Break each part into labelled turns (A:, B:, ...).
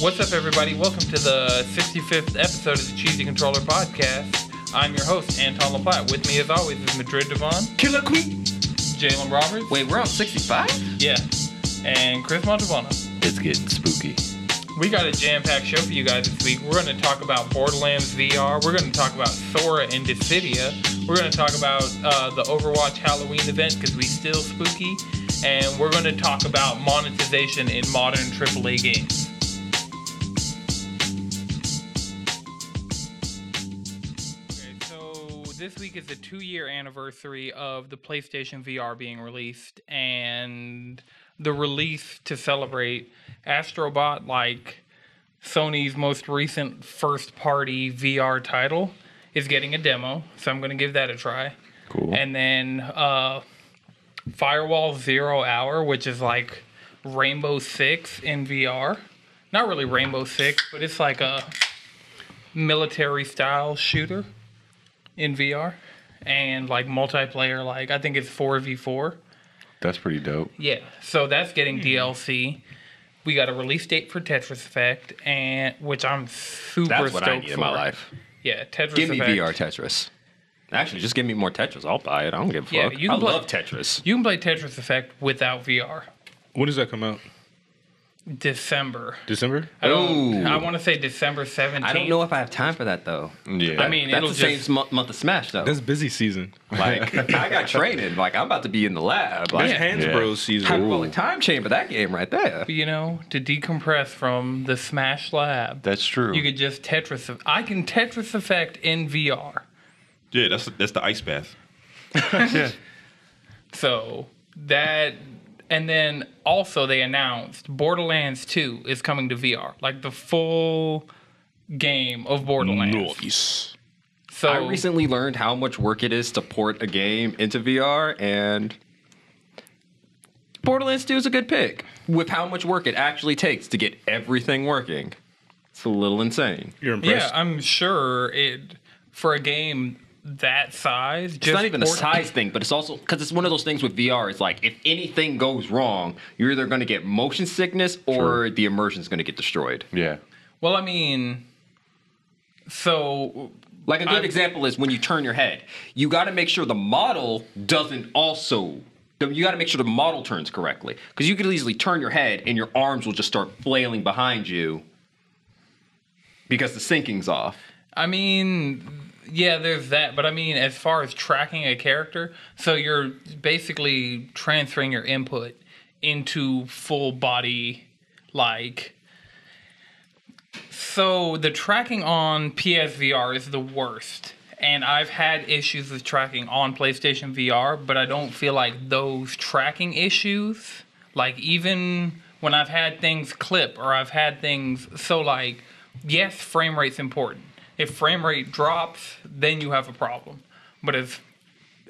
A: What's up, everybody? Welcome to the 65th episode of the Cheesy Controller Podcast. I'm your host, Anton LaPlatte. With me, as always, is Madrid Devon,
B: Killer Queen.
A: Jalen Roberts,
B: Wait, we're on 65?
A: yeah, and Chris Montalbano.
B: It's getting spooky.
A: We got a jam-packed show for you guys this week. We're going to talk about Borderlands VR. We're going to talk about Sora and Dissidia. We're going to talk about uh, the Overwatch Halloween event because we still spooky, and we're going to talk about monetization in modern AAA games. Okay, so this week is the two year anniversary of the PlayStation VR being released, and the release to celebrate Astrobot, like Sony's most recent first party VR title, is getting a demo. So I'm going to give that a try.
B: Cool.
A: And then uh, Firewall Zero Hour, which is like Rainbow Six in VR. Not really Rainbow Six, but it's like a military style shooter in VR and like multiplayer. Like I think it's four v four.
C: That's pretty dope.
A: Yeah. So that's getting DLC. We got a release date for Tetris Effect, and which I'm super
C: That's what
A: stoked
C: I need
A: for.
C: in my life.
A: Yeah, Tetris
C: Give me
A: Effect.
C: VR Tetris. Actually, just give me more Tetris. I'll buy it. I don't give a
A: Yeah,
C: fuck.
A: you can
C: I
A: play-
C: love Tetris.
A: You can play Tetris Effect without VR.
D: When does that come out?
A: December.
D: December?
A: I
C: Ooh.
A: don't. I want to say December seventeenth.
B: I don't know if I have time for that though.
C: Yeah.
A: I mean,
B: That's
A: it'll
B: the
A: just.
B: same same month of Smash though.
D: That's busy season.
B: like I got training. Like I'm about to be in the lab. Like
D: That's Hands
C: Yeah.
D: Bros season.
B: I'm well, a time chamber that game right there.
A: you know, to decompress from the Smash Lab,
C: that's true.
A: you could just Tetris. e, I can Tetris Effect in VR.
E: Yeah, that's that's the ice bath.
A: So that, and then also they announced Borderlands 2 is coming to VR, like the full game of Borderlands.
D: Nice.
A: So
B: I recently learned how much work it is to port a game into VR, and Borderlands 2 is a good pick with how much work it actually takes to get everything working. It's a little insane.
D: You're impressed.
A: yeah, I'm sure it for a game that size. Just
B: It's not even a
A: port-
B: size thing, but it's also because it's one of those things with VR. It's like if anything goes wrong, you're either going to get motion sickness or the immersion's going to get destroyed.
C: yeah.
A: Well, I mean, so
B: Like a good
A: I-
B: example is when you turn your head, you got to make sure the model doesn't also. You got to make sure the model turns correctly because you could easily turn your head and your arms will just start flailing behind you because the sinking's off.
A: I mean, yeah, there's that, but I mean, as far as tracking a character, so you're basically transferring your input into full body, like. So the tracking on PSVR is the worst. And I've had issues with tracking on PlayStation VR, but I don't feel like those tracking issues, like even when I've had things clip or I've had things, so like, yes, frame rate's important. If frame rate drops, then you have a problem. But as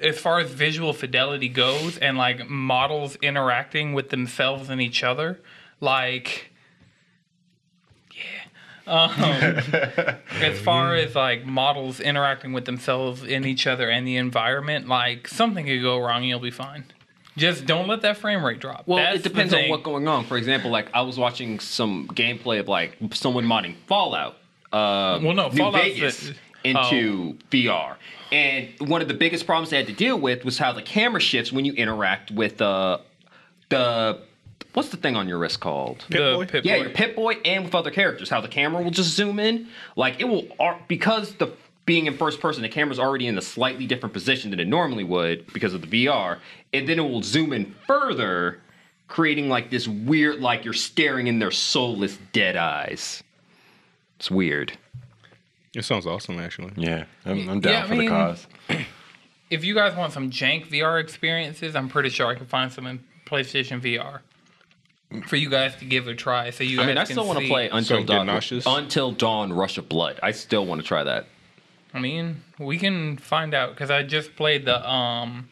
A: as far as visual fidelity goes and like models interacting with themselves and each other, like Um, as far as like models interacting with themselves and each other and the environment, like something could go wrong, and you'll be fine. Just don't let that frame rate drop.
B: Well,
A: That's
B: it
A: the
B: depends on
A: thing.
B: what's going on. For example, like I was watching some gameplay of like someone modding Fallout. Uh,
A: Well, no,
B: New
A: Fallout's
B: Vegas
A: the- Oh.
B: into VR, and one of the biggest problems they had to deal with was how the camera shifts when you interact with uh, the what's the thing on your wrist called?
A: the
D: Pip-Boy?
A: pip
B: yeah, your Pip Boy, and with other characters, how the camera will just zoom in. Like it will ar- because the being in first person, the camera's already in a slightly different position than it normally would because of the VR, and then it will zoom in further, creating like this weird, like you're staring in their soulless dead eyes. It's weird.
D: It sounds awesome, actually.
C: Yeah. I'm, I'm down
A: Yeah, I
C: for
A: mean-
C: the cause.
A: If you guys want some jank VR experiences, I'm pretty sure I can find some in PlayStation VR for you guys to give a try. So you guys
B: I mean, I
A: can
B: still want to
A: see-
B: play Until
D: Don't get
B: Dawn.
D: nauseous.
B: Until Dawn, Rush of Blood. I still want to try that.
A: I mean, we can find out because I just played the um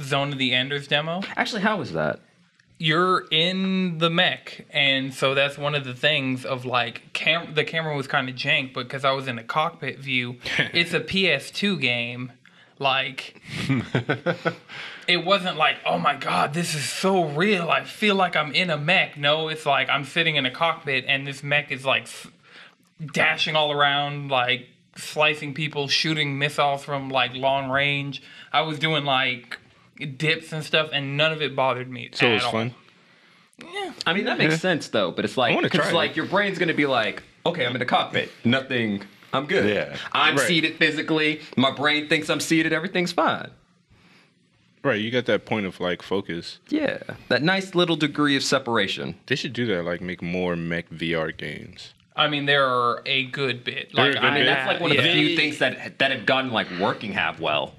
A: Zone of the Enders demo.
B: Actually, how is that?
A: you're in the mech and so that's one of the things of like cam- the camera was kind of jank because i was in a cockpit view it's a ps2 game Like, it wasn't like, oh my God, this is so real. I feel like I'm in a mech. No, it's like I'm sitting in a cockpit and this mech is like s- dashing all around, like slicing people, shooting missiles from like long range. I was doing like dips and stuff, and none of it bothered me.
D: So
A: at
D: it was
A: all.
D: fun.
B: I mean, that makes
D: Yeah.
B: sense though, but it's like,
D: wanna
B: cause
D: try it.
B: like your brain's gonna be like, okay, I'm in the cockpit. Nothing. I'm good.
E: Yeah.
B: I'm
D: Right.
B: seated physically. My brain thinks I'm seated. Everything's fine.
D: Right, you got that point of like focus.
B: Yeah. That nice little degree of separation.
D: They should do that, like make more mech VR games.
A: I mean, there are a good bit. Like,
D: are a good
A: I,
D: bit.
B: That's like one of the
A: yeah.
B: few things that that have gotten like working half well.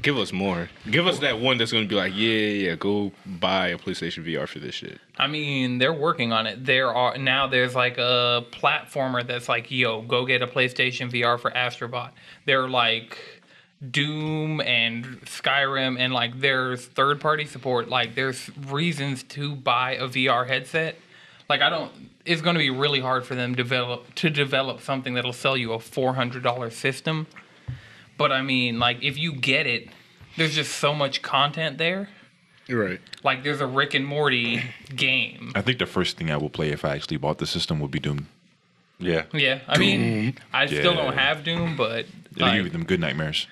D: Give us more. Give us that one that's gonna be like, yeah, yeah, yeah, go buy a PlayStation VR for this shit.
A: I mean, they're working on it. There are now there's like a platformer that's like, yo, go get a PlayStation VR for Astrobot. There are like Doom and Skyrim and like there's third party support. Like there's reasons to buy a VR headset. Like I don't it's gonna be really hard for them develop to develop something that'll sell you a four hundred dollar system. But I mean, like if you get it, there's just so much content there.
D: Right.
A: Like there's a Rick and Morty game.
E: I think the first thing I will play if I actually bought the system would be Doom.
C: Yeah.
A: Yeah, I mean, I still don't
E: Yeah.
A: have Doom, but
E: It'll
A: like,
E: give you them good nightmares.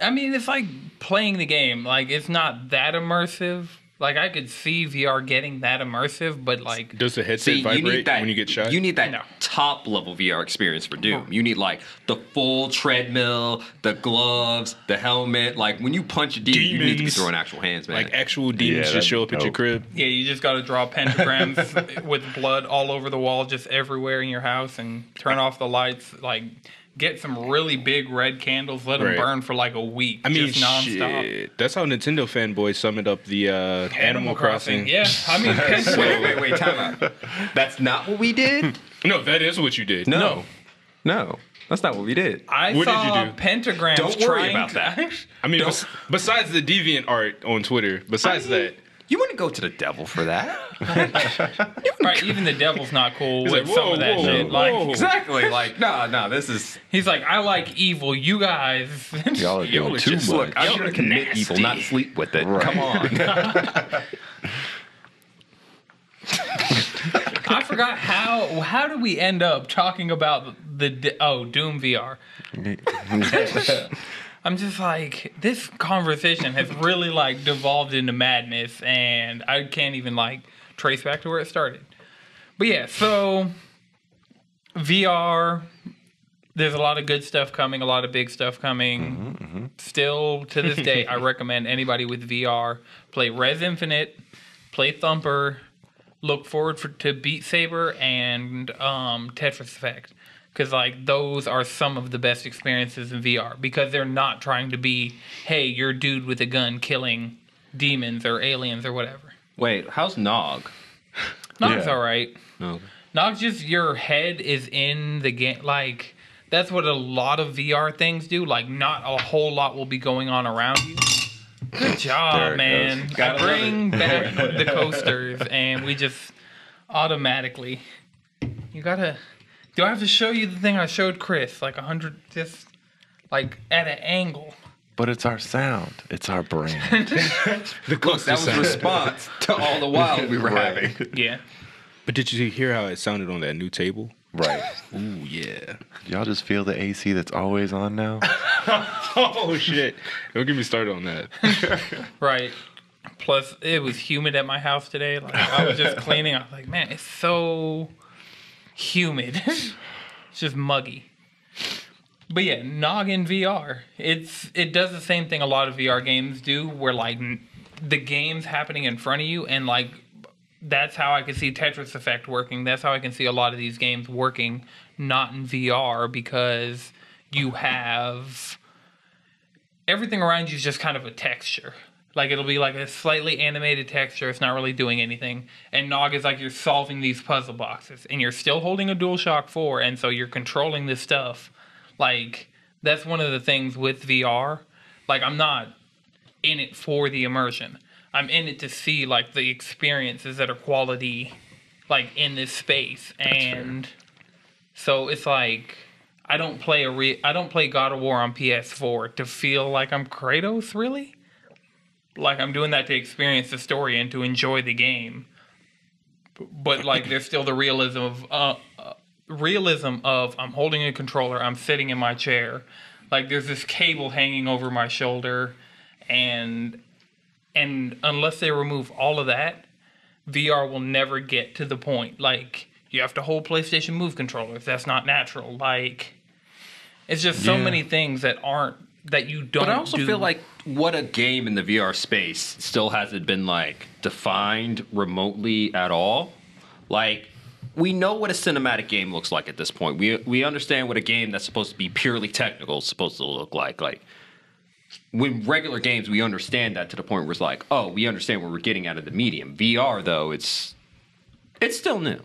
A: I mean, it's like playing the game. Like, it's not that immersive. Like, I could see VR getting that immersive, but like,
D: Does the headset vibrate when you get shot?
B: You need that
A: No.
B: top level VR experience for Doom. You need like the full treadmill, the gloves, the helmet. Like when you punch a demon, you need to be
D: Demons.
B: throwing actual hands, man.
D: like actual demons
C: Yeah,
D: just show up
C: that'd
D: at
C: be
D: your crib.
A: yeah, you just got to draw pentagrams with blood all over the wall, just everywhere in your house, and turn off the lights. Like, get some really big red candles, let them
D: Right.
A: burn for like a week,
D: I mean,
A: just nonstop.
D: shit. That's how Nintendo fanboys summed up the uh, Animal, Crossing.
A: yeah. I mean,
B: wait, wait, wait, time out. That's not what we did.
D: No, that is what you did.
B: No. No, that's not what we did.
A: I
D: What did
A: saw
D: you do?
A: pentagrams.
B: Don't worry
A: trying
B: about
A: to-
B: that.
D: I mean,
B: Don't-
D: bes- besides the deviant art on Twitter, besides that,
B: You wouldn't go to the devil for that.
A: Right, even the devil's not cool with
D: like,
A: some
D: "Whoa,
A: of that
D: whoa,
A: shit.
D: whoa."
A: Like
B: exactly. Like, no, no, this is.
A: he's like, I like evil. You guys,
C: Y'all
B: oh,
C: are doing
D: it's
C: too much.
D: just
B: Look, I'm going to commit evil, not sleep with it. Come on.
A: I forgot how. How did we end up talking about the d- oh Doom VR? I'm just like this conversation has really like devolved into madness, and I can't even like trace back to where it started. But yeah, so VR. There's a lot of good stuff coming, a lot of big stuff coming. Still to this day, I recommend anybody with VR play Res Infinite, play Thumper, look forward for, to Beat Saber and um, Tetris Effect because like those are some of the best experiences in VR because they're not trying to be hey you're a dude with a gun killing demons or aliens or whatever.
B: Wait, how's Nog?
A: Nog's
E: Yeah.
A: all right. Nog's just your head is in the game like. That's what a lot of VR things do. Like, not a whole lot will be going on around you. Good
C: There
A: job,
C: it
A: man.
C: goes.
A: I bring back the coasters, and we just automatically. You gotta. Do I have to show you the thing I showed Chris? Like a hundred, just like at an angle.
C: But it's our sound. It's our brand.
B: Look, that was a response to all the wild we were having.
A: Yeah.
D: but did you hear how it sounded on that new table?
C: right.
D: Ooh, yeah.
C: Y'all just feel the AC that's always on now.
D: Oh shit! Don't get me started on that.
A: Right. Plus, it was humid at my house today. Like I was just cleaning. I was like, man, it's so humid. it's just muggy. But yeah, noggin VR. It's it does the same thing a lot of VR games do, where like n- the game's happening in front of you, and like that's how I can see Tetris Effect working. That's how I can see a lot of these games working, not in VR because you have everything around you is just kind of a texture. Like it'll be like a slightly animated texture. It's not really doing anything. And Nog is like you're solving these puzzle boxes, and you're still holding a DualShock Four, and so you're controlling this stuff. Like that's one of the things with VR. Like I'm not in it for the immersion. I'm in it to see like the experiences that are quality, like in this space, and so it's like. I don't play a re- I don't play God of War on PS4 to feel like I'm Kratos really. Like I'm doing that to experience the story and to enjoy the game. But like there's still the realism of uh, uh, realism of I'm holding a controller, I'm sitting in my chair. Like there's this cable hanging over my shoulder and and unless they remove all of that, VR will never get to the point. Like you have to hold PlayStation Move controllers. That's not natural. Like it's just so
E: Yeah.
A: many things that aren't that you don't.
B: But I also
A: do.
B: feel like what a game in the VR space still hasn't been like defined remotely at all. Like we know what a cinematic game looks like at this point. We we understand what a game that's supposed to be purely technical is supposed to look like. Like when regular games, we understand that to the point where it's like, oh, we understand what we're getting out of the medium. VR though, it's it's still new.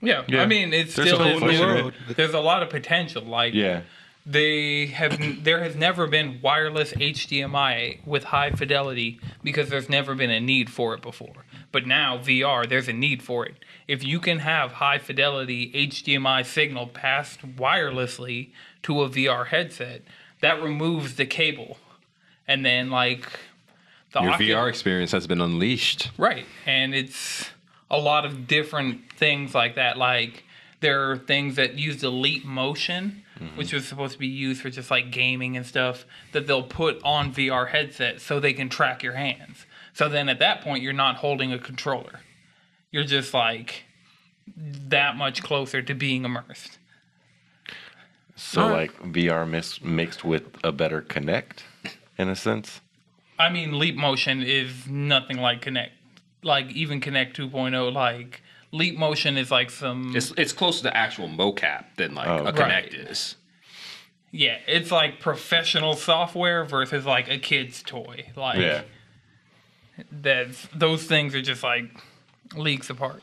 A: yeah.
E: Yeah.
A: I mean, it's
E: There's a
A: still
E: whole
A: it's
E: new
A: new.
E: world.
A: There's a lot of potential. Like
E: Yeah.
A: they have there has never been wireless HDMI with high fidelity because there's never been a need for it before. But now VR, there's a need for it. If you can have high fidelity HDMI signal passed wirelessly to a VR headset, that removes the cable. And then like the
C: Your
A: Ocu-
C: VR experience has been unleashed.
A: Right. And it's a lot of different things like that. Like there are things that use the leap motion, which was supposed to be used for just like gaming and stuff, that they'll put on VR headsets so they can track your hands. So then at that point you're not holding a controller. You're just like that much closer to being immersed.
F: So like VR mis- mixed with a better Connect, in a sense.
A: I mean, Leap Motion is nothing like Connect. Like even Connect 2.0, oh, like Leap Motion is like some
B: It's it's closer to actual mocap than like
C: Oh.
B: a
F: okay.
B: Kinect is.
A: Yeah, it's like professional software versus like a kid's toy. Like
F: Yeah.
A: that's those things are just like leagues apart.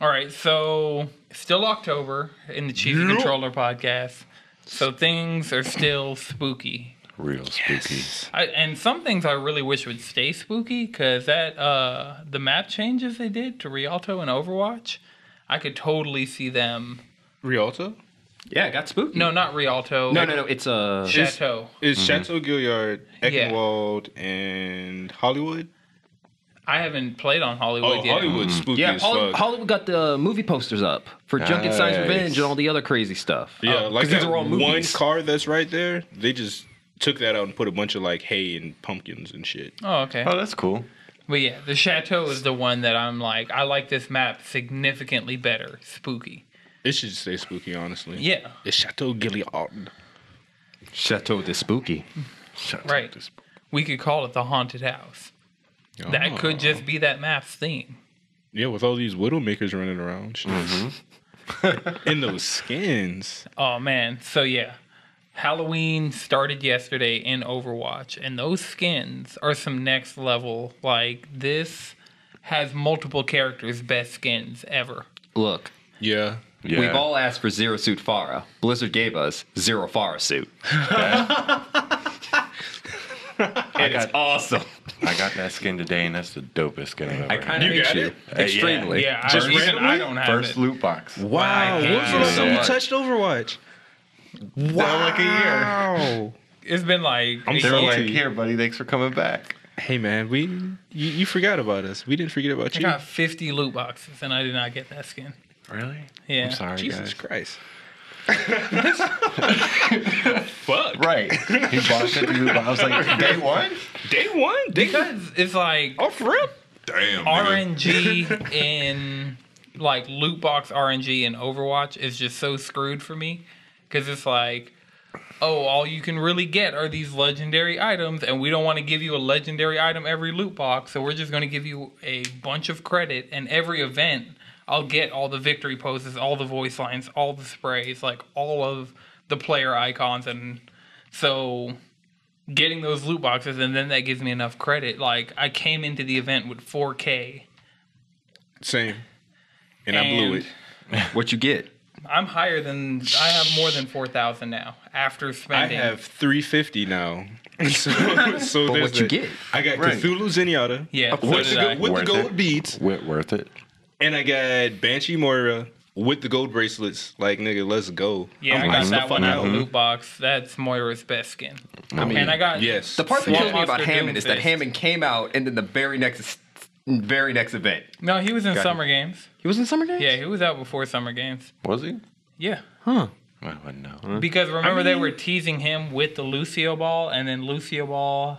A: All right, so still October in the Chief Controller podcast. So things are still spooky.
F: Real spooky.
A: I, and some things I really wish would stay spooky because that uh, the map changes they did to Rialto and Overwatch, I could totally see them.
D: Rialto?
B: Yeah, it got spooky.
A: No, not Rialto.
B: no, no, no. It's uh, a
A: Chateau.
D: Is
B: Mm-hmm.
D: Chateau Gilliard,
A: Yeah.
D: Eckenwald, and Hollywood?
A: I haven't played on
D: Oh,
A: Hollywood yet.
D: Hollywood's spooky
B: Yeah,
D: as
B: Holly-
D: fuck.
B: Hollywood got the movie posters up for Junk and Science
F: Nice.
B: Revenge and all the other crazy stuff.
D: yeah, like
B: Uh, 'cause these
D: that
B: are all
D: one
B: movies.
D: car that's right there. They just took that out and put a bunch of like hay and pumpkins and shit.
A: Oh, okay.
F: Oh, that's cool.
A: But yeah, the chateau is the one that I'm like, I like this map significantly better. Spooky.
D: It should stay spooky, honestly.
A: Yeah,
D: It's Chateau Gilliard.
C: Chateau de Spooky.
A: right. We could call it the haunted house. That could just be that map's theme.
D: Yeah, with all these widowmakers running around. shit. In those skins.
A: Oh man. So yeah. Halloween started yesterday in Overwatch, and those skins are some next level. Like this has multiple characters' best skins ever.
B: Look,
D: Yeah.
E: Yeah.
B: we've all asked for Zero Suit Farah. Blizzard gave us Zero Farah Suit. and it's awesome.
F: I got that skin today, and that's the dopest skin I've ever.
B: I kind of
D: You got
B: hate you.
D: it?
B: Extremely.
A: Yeah,
B: Just
A: I, even I
D: randomly?
A: don't
F: had.
A: have
F: First
A: it.
F: loot box.
D: Wow. What was the last time you
B: much.
D: touched Overwatch?
F: Wow. Like a year.
D: Wow.
A: It's been like
D: I'm
A: eight
F: They were
D: salty.
A: years.
F: like, "Here, buddy, thanks for coming back."
D: Hey man, we you, you forgot about us. We didn't forget about
A: I
D: you.
A: got 50 loot boxes and I did not get that skin.
F: Really?
A: Yeah.
F: I'm sorry,
D: Jesus
F: guys.
D: Christ.
F: Right. He bought 50 loot box. I was like, "Day one."
D: Day one? Day
A: Because it's like
D: off rip?
E: Damn. nigga.
A: RNG in like loot box RNG in Overwatch is just so screwed for me because it's like, oh, all you can really get are these legendary items, and we don't want to give you a legendary item every loot box, so we're just going to give you a bunch of credit, and every event I'll get all the victory poses, all the voice lines, all the sprays, like all of the player icons, and so getting those loot boxes and then that gives me enough credit like i came into the event with 4k
D: Same. And, I
A: And-
D: blew it.
C: What you get?
A: i'm higher than i have more than 4000 now after
D: I
A: spending
D: have 350 now. so, so
C: But
D: there's
C: what you
D: that.
C: get?
D: I got
F: Right.
D: Cthulhu Zenyatta
A: yeah so
D: with
A: did
D: the,
A: I.
D: go- with the
F: Worth
D: gold
F: it.
D: beads,
F: Worth it.
D: and I got Banshee Moira with the gold bracelets. Like nigga, let's go.
A: Yeah,
D: I'm
A: I got
D: maxing the
A: that one
D: fuck
A: out of the loot box. That's Moira's best skin. I mean, and I got
D: yes.
B: The part that
A: Swamp
B: kills me about
A: Monster
B: Hammond is that
A: Doomfist.
B: Hammond came out and then the very next very next event.
A: No, he was in summer games.
B: He was in summer games?
A: Yeah, he was out before summer games.
F: Was he?
A: Yeah,
F: I wouldn't know.
A: because remember they were teasing him with the Lucio ball, and then Lucio ball,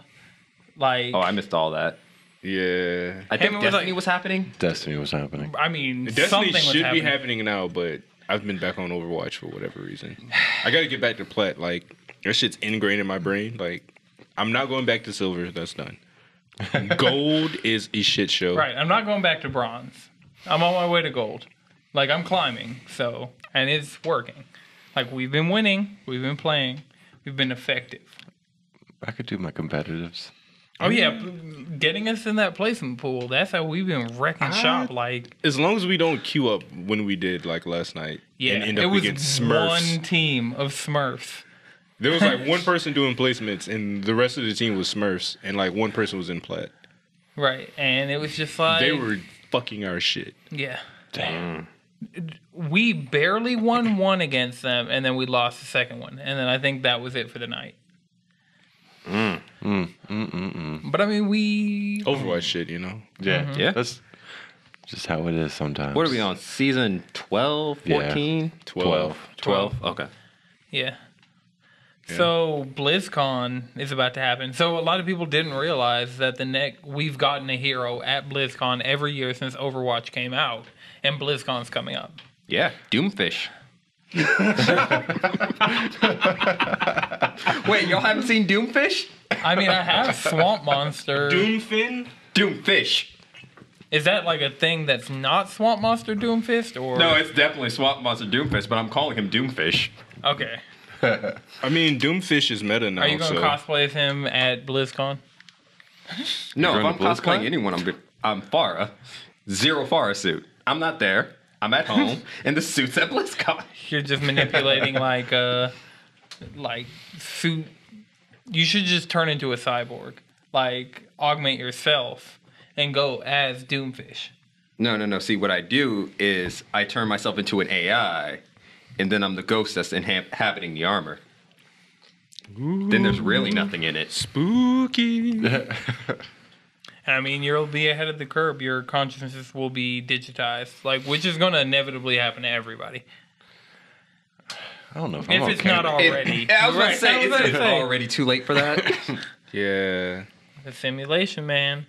A: like
B: Oh, I missed all that.
D: Yeah.
B: I think
A: Hammond was like-
B: Destiny was happening.
F: Destiny was happening.
A: I mean,
D: Destiny
A: something was
D: should
A: happening.
D: be happening now, but I've been back on Overwatch for whatever reason. I got to get back to plat. Like that shit's ingrained in my brain. Like I'm not going back to silver. That's done. Gold is a shit show.
A: Right, I'm not going back to bronze. I'm on my way to gold. Like I'm climbing, so and it's working. Like we've been winning, we've been playing, we've been effective.
F: I could do my competitives.
A: Oh yeah, p- getting us in that placement pool. That's how we've been wrecking shop. Like
D: As long as we don't queue up when we did like last night
A: yeah,
D: and end
A: it
D: up
A: was
D: against Smurfs.
A: one team of Smurfs.
D: There was like one person doing placements and the rest of the team was Smurfs and like one person was in plat.
A: Right, and it was just like
D: They were fucking our shit.
A: yeah. Damn. We barely won one against them, and then we lost the second one, and then I think that was it for the night. But I mean, we
D: Overwatch shit, you know.
F: Yeah,
A: Mm-hmm.
B: Yeah.
F: That's just how it is sometimes.
B: What are we on? Season 12,
F: Yeah.
B: 14?
F: 12.
B: 12. Okay.
A: Yeah. So BlizzCon is about to happen. So a lot of people didn't realize that the next we've gotten a hero at BlizzCon every year since Overwatch came out, and BlizzCon's coming up.
B: Yeah. Doomfish. Wait, y'all haven't seen Doomfish?
A: I mean, I have Swamp Monster.
D: Doomfin?
B: Doomfish.
A: Is that like a thing that's not Swamp Monster Doomfist or
B: No, it's definitely Swamp Monster Doomfish, but I'm calling him Doomfish.
A: okay?
D: I mean, Doomfish is meta now.
A: Are you gonna
D: Oh, so.
A: cosplay as him at BlizzCon?
B: No, if
F: going
B: I'm
F: to BlizzCon?
B: cosplaying anyone, I'm I'm Farah. Zero Farah suit. I'm not there. I'm at home, and the suit's at BlizzCon.
A: You're just manipulating like uh like suit. You should just turn into a cyborg, like augment yourself and go as Doomfish.
B: No, no, no. See, what I do is I turn myself into an AI, and then I'm the ghost that's inha- inhabiting the armor. Then there's really nothing in it.
D: Spooky.
A: I mean, you'll be ahead of the curve. Your consciousness will be digitized, like which is going to inevitably happen to everybody
F: I don't know if,
A: if
F: I'm
A: it's
F: okay.
A: not
B: It-
A: already.
B: I was
A: Right,
B: going to say,
A: was
B: it's
A: gonna say.
B: already too late for that.
D: Yeah.
A: The simulation, man.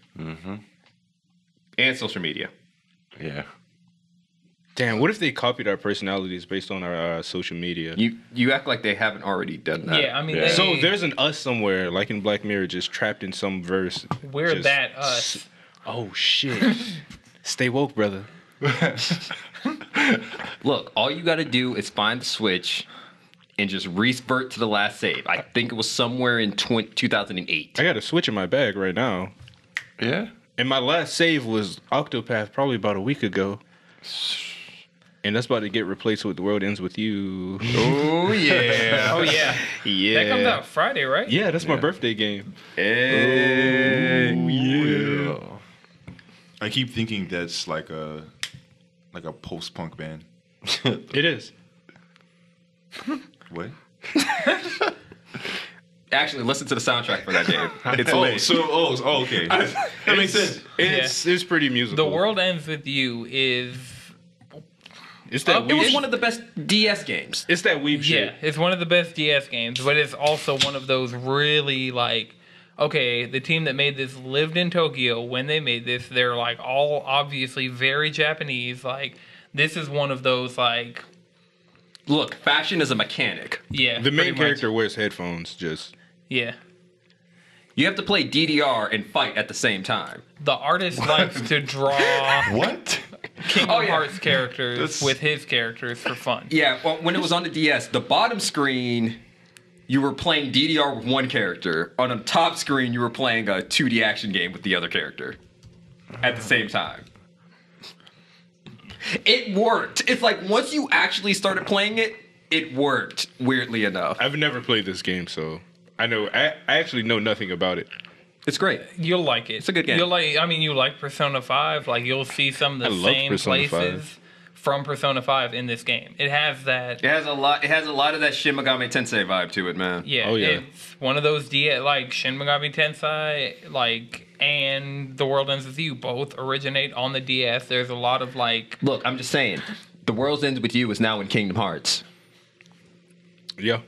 B: and social media.
F: Yeah.
D: Damn, what if they copied our personalities based on our uh, social media?
B: You you act like they haven't already done that.
A: yeah, I mean,
F: yeah.
A: They,
D: So there's an us somewhere, like in Black Mirror, just trapped in some verse.
A: we're
D: just-
A: that us.
D: Oh shit! Stay woke, brother.
B: Look, all you got to do is find the switch and just revert to the last save. I think it was somewhere in 20, 2008.
D: I got a switch in my bag right now,
F: Yeah.
D: and my last save was Octopath probably about a week ago, and that's about to get replaced with The World Ends with You.
B: Oh yeah.
A: Oh yeah,
D: yeah,
A: that comes out Friday, right?
D: Yeah, that's my birthday game.
E: I keep thinking that's like a like a post punk band.
D: It is.
E: What?
B: Actually, listen to the soundtrack for that game. It's
E: oh,
B: lit.
E: so oh, oh okay.
D: That makes sense. It's it's pretty musical.
A: The world ends with you is
D: It's that.
A: uh, It
D: weeb
B: It was
D: sh-
B: one of the best DS games.
D: It's that weeb shit.
A: Yeah, it's one of the best DS games, but it's also one of those really like, okay, the team that made this lived in Tokyo when they made this. They're like all obviously very Japanese. Like, this is one of those like,
B: Look, fashion is a mechanic.
A: yeah,
D: The
A: pretty
D: main
A: much.
D: character wears headphones. Just
A: Yeah,
B: You have to play DDR and fight at the same time.
A: the artist likes to draw
E: What?
A: Kingdom
B: Oh, yeah.
A: Hearts characters
E: That's-
A: with his characters for fun.
B: Yeah, well, when it was on the DS, the bottom screen, you were playing DDR with one character. On the top screen, you were playing a 2D action game with the other character at the same time. It worked. It's like once you actually started playing it, it worked, weirdly enough.
D: I've never played this game, so I know I, I actually know nothing about it.
B: It's great.
A: You'll like it. It's
B: a good game.
A: You'll like. I mean, you like Persona Five. Like you'll see some of the
D: I love
A: same
D: Persona
A: places from Persona 5 in this game. It has that.
B: It has a lot. It has a lot of that Shin Megami Tensei vibe to it, man.
A: Yeah,
D: Oh, yeah.
A: it's one of those D like Shin Megami Tensei, like and The World Ends with You both originate on the DS. There's a lot of like
B: Look, I'm just saying, the world's ends with you is now in Kingdom Hearts.
D: Yeah.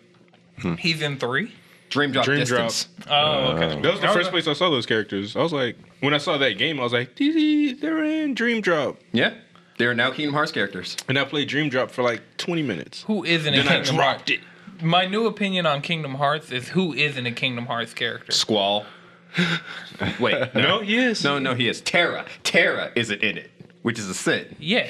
A: he's in three.
B: Dream drop
D: Dream Drop.
B: distance.
A: Oh, okay.
D: That was the first place I saw those characters. I was like, when I saw that game, I was like, "These- they're in Dream Drop.
B: Yeah, they are now Kingdom Hearts characters.
D: And I played Dream Drop for like 20 minutes.
A: Who isn't a
D: Then I
A: Kingdom
D: dropped
A: Hearts?
D: it.
A: My new opinion on Kingdom Hearts is who isn't a Kingdom Hearts character?
B: Squall. Wait, no,
D: No, yes.
B: no, no. He is Terra. Terra isn't in it, which is a sin.
A: Yeah.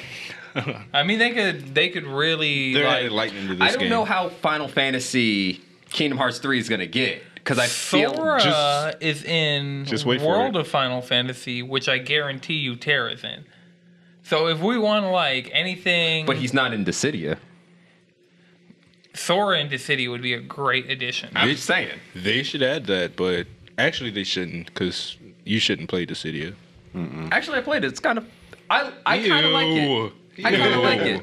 A: I mean they could they could really
D: They're
A: like
D: adding lightning to this
B: I don't
D: game.
B: know how Final Fantasy Kingdom Hearts 3 is going to get because I feel
A: Sora
D: just-
A: is in
D: just wait for
A: World
D: it.
A: of Final Fantasy, which I guarantee you Terra's in. So if we want like anything
B: but he's not in Dissidia.
A: Sora into City would be a great addition.
B: I'm just saying.
D: They should add that, but actually they shouldn't because you shouldn't play Dissidia.
B: Actually, I played it. It's kind of I I kind of like it.
D: Ew.
B: I kind of
D: Ew.
B: like it.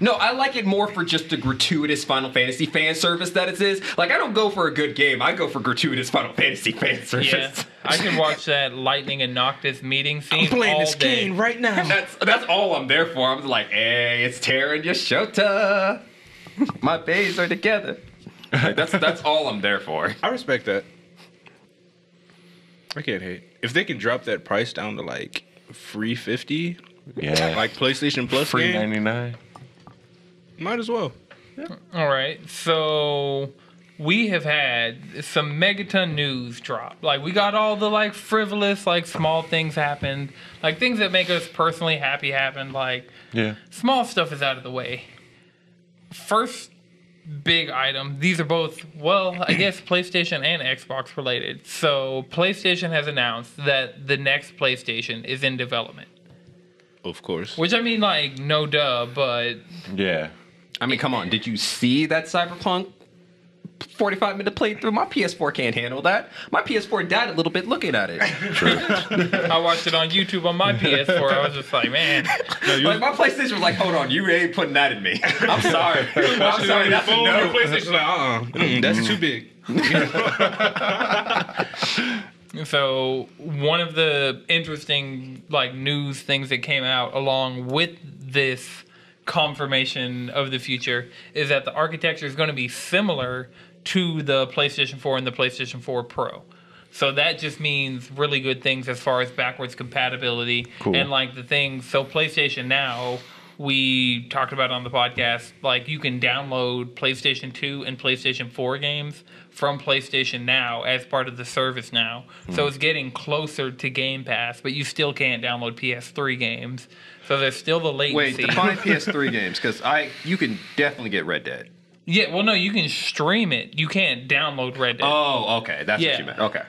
B: No, I like it more for just the gratuitous Final Fantasy fan service that it is. Like, I don't go for a good game. I go for gratuitous Final Fantasy fan service.
A: Yeah, I can watch that Lightning and Noctis meeting scene all day.
D: right now.
B: That's that's all I'm there for. I'm like, hey, it's Terra and Yashota. My bays are together. Like, that's that's all I'm there for.
D: I respect that. I can't hate. If they can drop that price down to like free 50,
F: Yeah.
D: like PlayStation Plus
F: free
D: game,
F: ninety nine.
D: might as well.
A: All right, so we have had some megaton news drop. Like we got all the like frivolous, like small things happened, like things that make us personally happy happened. Like
F: Yeah.
A: small stuff is out of the way. First big item. These are both, well, I guess PlayStation and Xbox related. So PlayStation has announced that the next PlayStation is in development.
D: Of course.
A: Which I mean, like, no duh, but
F: Yeah.
B: I mean, come on. Did you see that Cyberpunk 45 minute playthrough? My PS4 can't handle that. My PS4 died a little bit looking at it.
A: I watched it on YouTube on my PS4. I was just like, man,
B: Like my PlayStation was like, hold on, you ain't putting that in me. I'm sorry. I'm sorry. That's a
D: Phone or
B: no.
D: PlayStation, like, uh-uh. Mm-mm, that's too big.
A: So one of the interesting like news things that came out along with this confirmation of the future is that the architecture is going to be similar to the PlayStation 4 and the PlayStation 4 Pro. So that just means really good things as far as backwards compatibility
F: Cool.
A: and like the things. So PlayStation Now, we talked about on the podcast, like you can download PlayStation 2 and PlayStation 4 games from PlayStation Now as part of the service now.
B: Hmm.
A: So it's getting closer to Game Pass, but you still can't download PS3 games. So there's still the
B: Wait,
A: latency.
B: define PS3 games because I you can definitely get Red Dead.
A: yeah, well, no, you can stream it. You can't download Red Dead.
B: Oh, okay. That's
A: Yeah.
B: what you meant. Okay.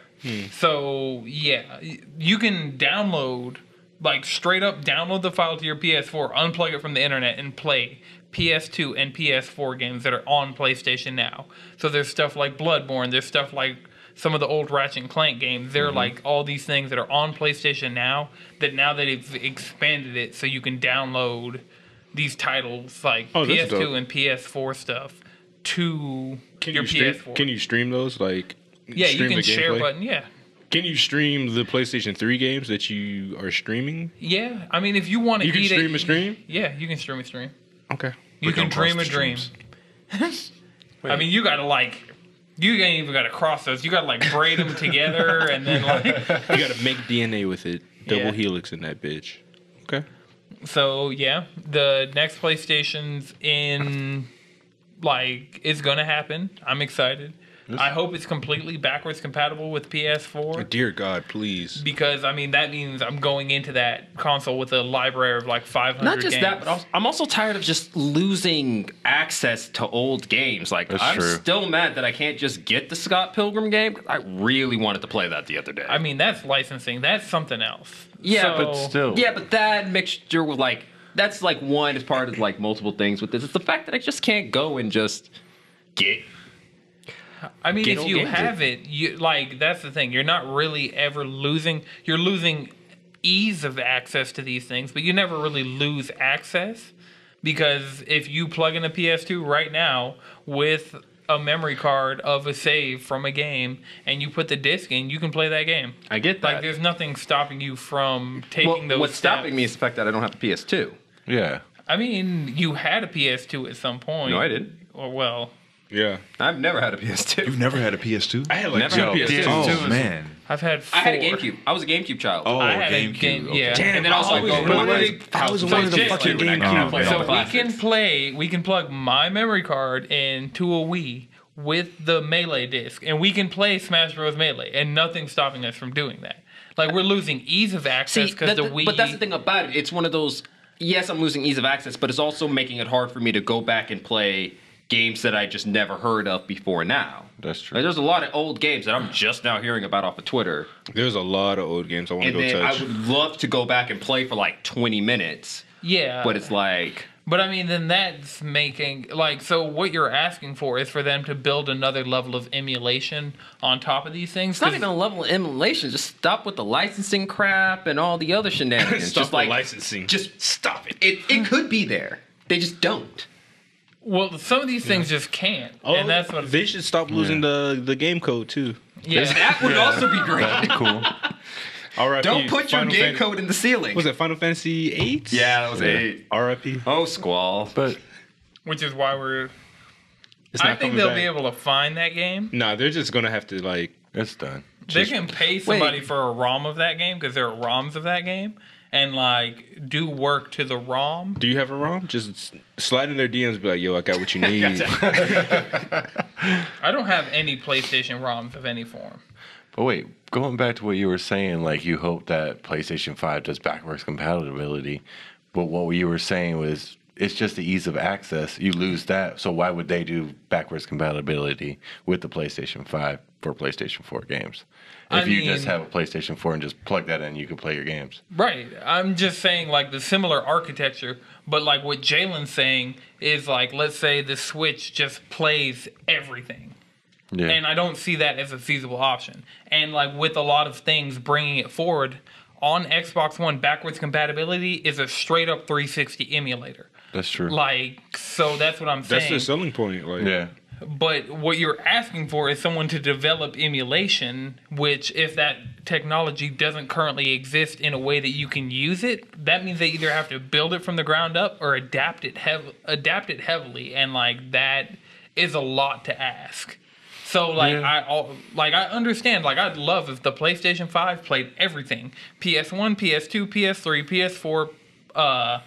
A: So yeah, y- you can download like straight up download the file to your PS4, unplug it from the internet, and play PS2 and PS4 games that are on PlayStation now. So there's stuff like Bloodborne. There's stuff like some of the old Ratchet and Clank games.
D: Mm-hmm.
A: They're like all these things that are on PlayStation now. That now that they've expanded it, so you can download these titles like
D: Oh, that's
A: PS2
D: dope.
A: and PS4 stuff to
D: Can
A: your
D: you, stream,
A: PS4.
D: can you stream those? Like,
A: yeah, you
D: stream
A: can
D: the
A: share
D: gameplay?
A: button. Yeah.
D: Can you stream the PlayStation 3 games that you are streaming?
A: Yeah, I mean, if you want to,
D: You can stream a stream?
A: Yeah, you can stream a stream.
D: Okay.
A: You can dream a dream. I mean, you gotta like, you ain't even gotta cross those. You gotta like braid them together, and then like,
D: You gotta make DNA with it. Double
A: Yeah.
D: helix in that bitch. Okay.
A: so yeah, the next PlayStation's in, like, it's gonna happen. I'm excited. I hope it's completely backwards compatible with PS4.
D: Dear God, please.
A: Because I mean that means I'm going into that console with a library of like 500.
B: Not just
A: games.
B: that, but also, I'm also tired of just losing access to old games. Like
F: That's
B: I'm
F: true.
B: still mad that I can't just get the Scott Pilgrim game. 'cause I really wanted to play that the other day.
A: I mean that's licensing. That's something else.
B: Yeah, but
A: So-
F: Still.
B: yeah, but that mixture with like that's like one as part of like multiple things with this. It's the fact that I just can't go and just get.
A: I mean,
B: Get
A: if
B: old
A: you
B: games.
A: have it, you like that's the thing. You're not really ever losing. You're losing ease of access to these things, but you never really lose access. Because if you plug in a PS2 right now with a memory card of a save from a game and you put the disc in, you can play that game.
B: I get that.
A: Like there's nothing stopping you from taking
B: well,
A: those.
B: what's stopping
A: steps.
B: me is the fact that I don't have a PS2.
F: Yeah.
A: I mean, you had a PS2 at some point.
B: No, I didn't.
A: Or well,
D: Yeah.
B: I've never had a PS2.
E: You've never had a PS2?
D: I had like
B: Never
D: two
B: had a
D: PS2s.
E: oh man.
A: I've had. Four.
B: I had a GameCube. I was a GameCube child.
E: Oh,
A: I had a
E: GameCube.
A: game-
E: okay.
A: yeah.
B: and then I was like,
A: always
B: oh,
A: wanted
B: what
A: to-
B: is-
E: I was one of the
B: shit,
E: fucking
B: like,
E: GameCube
B: I can't
E: games.
A: So
B: play
A: we can
B: classics.
A: play. We can plug my memory card into a Wii with the melee disc, and we can play Smash Bros. Melee, and nothing's stopping us from doing that. Like we're losing ease of access
B: See,
A: because
B: that-
A: the
B: that-
A: Wii.
B: but that's the thing about it. It's one of those. Yes, I'm losing ease of access, but it's also making it hard for me to go back and play games that I just never heard of before. Now,
F: That's true.
B: Like, there's a lot of old games that I'm just now hearing about off of Twitter,
D: There's a lot of old games I want to
B: and
D: go
B: then
D: touch.
B: I would love to go back and play for like 20 minutes,
A: Yeah,
B: but it's like
A: But I mean, then that's making like so. What you're asking for is for them to build another level of emulation on top of these things.
B: it's not
A: 'cause-
B: even a level of emulation. Just stop with the licensing crap and all the other shenanigans. Hmm.
D: Stop
B: just
D: the
B: like
D: licensing.
B: Just stop it. It it could be there. They just don't.
A: well, some of these things just can't,
B: Oh.
A: and that's what.
D: they should stop losing the, the game code too.
A: yeah,
B: That would also be great.
F: Cool.
D: All right.
B: Don't put your game code in the ceiling.
D: Was it Final Fantasy Eight?
B: Yeah, that was eight.
D: R.I.P.
B: Oh, squall.
F: But
A: which is why we're.
D: It's
A: I think
D: coming
A: they'll
D: back.
A: be able to find that game.
D: Nah, they're just gonna have to like.
F: it's done.
A: they can pay somebody for a ROM of that game because there are ROMs of that game, and like do work to the ROM.
D: Do you have a ROM? Just s- slide in their DMs, be like, "Yo, I got what you need."
A: I don't have any PlayStation ROMs of any form.
F: But wait, going back to what you were saying, like you hope that PlayStation 5 does backwards compatibility. But what you were saying was it's just the ease of access. You lose that. So why would they do backwards compatibility with the PlayStation 5 for PlayStation 4 games?
A: I
F: If you just
A: mean-
F: have a PlayStation 4 and just plug that in, you can play your games.
A: Right. I'm just saying like the similar architecture, but like what Jalen's saying is like let's say the Switch just plays everything.
F: Yeah.
A: And I don't see that as a feasible option. And like with a lot of things bringing it forward on Xbox One, backwards compatibility is a straight up 360 emulator.
F: That's true.
A: Like so that's what I'm
D: That's
A: saying.
D: their selling point. Like,
F: yeah.
A: But what you're asking for is someone to develop emulation, which, if that technology doesn't currently exist in a way that you can use it, that means they either have to build it from the ground up or adapt it heav- adapt it heavily, and like that is a lot to ask. So like I all, like I understand like I'd love if the PlayStation Five played everything PS1, PS2, PS3, PS4, uh,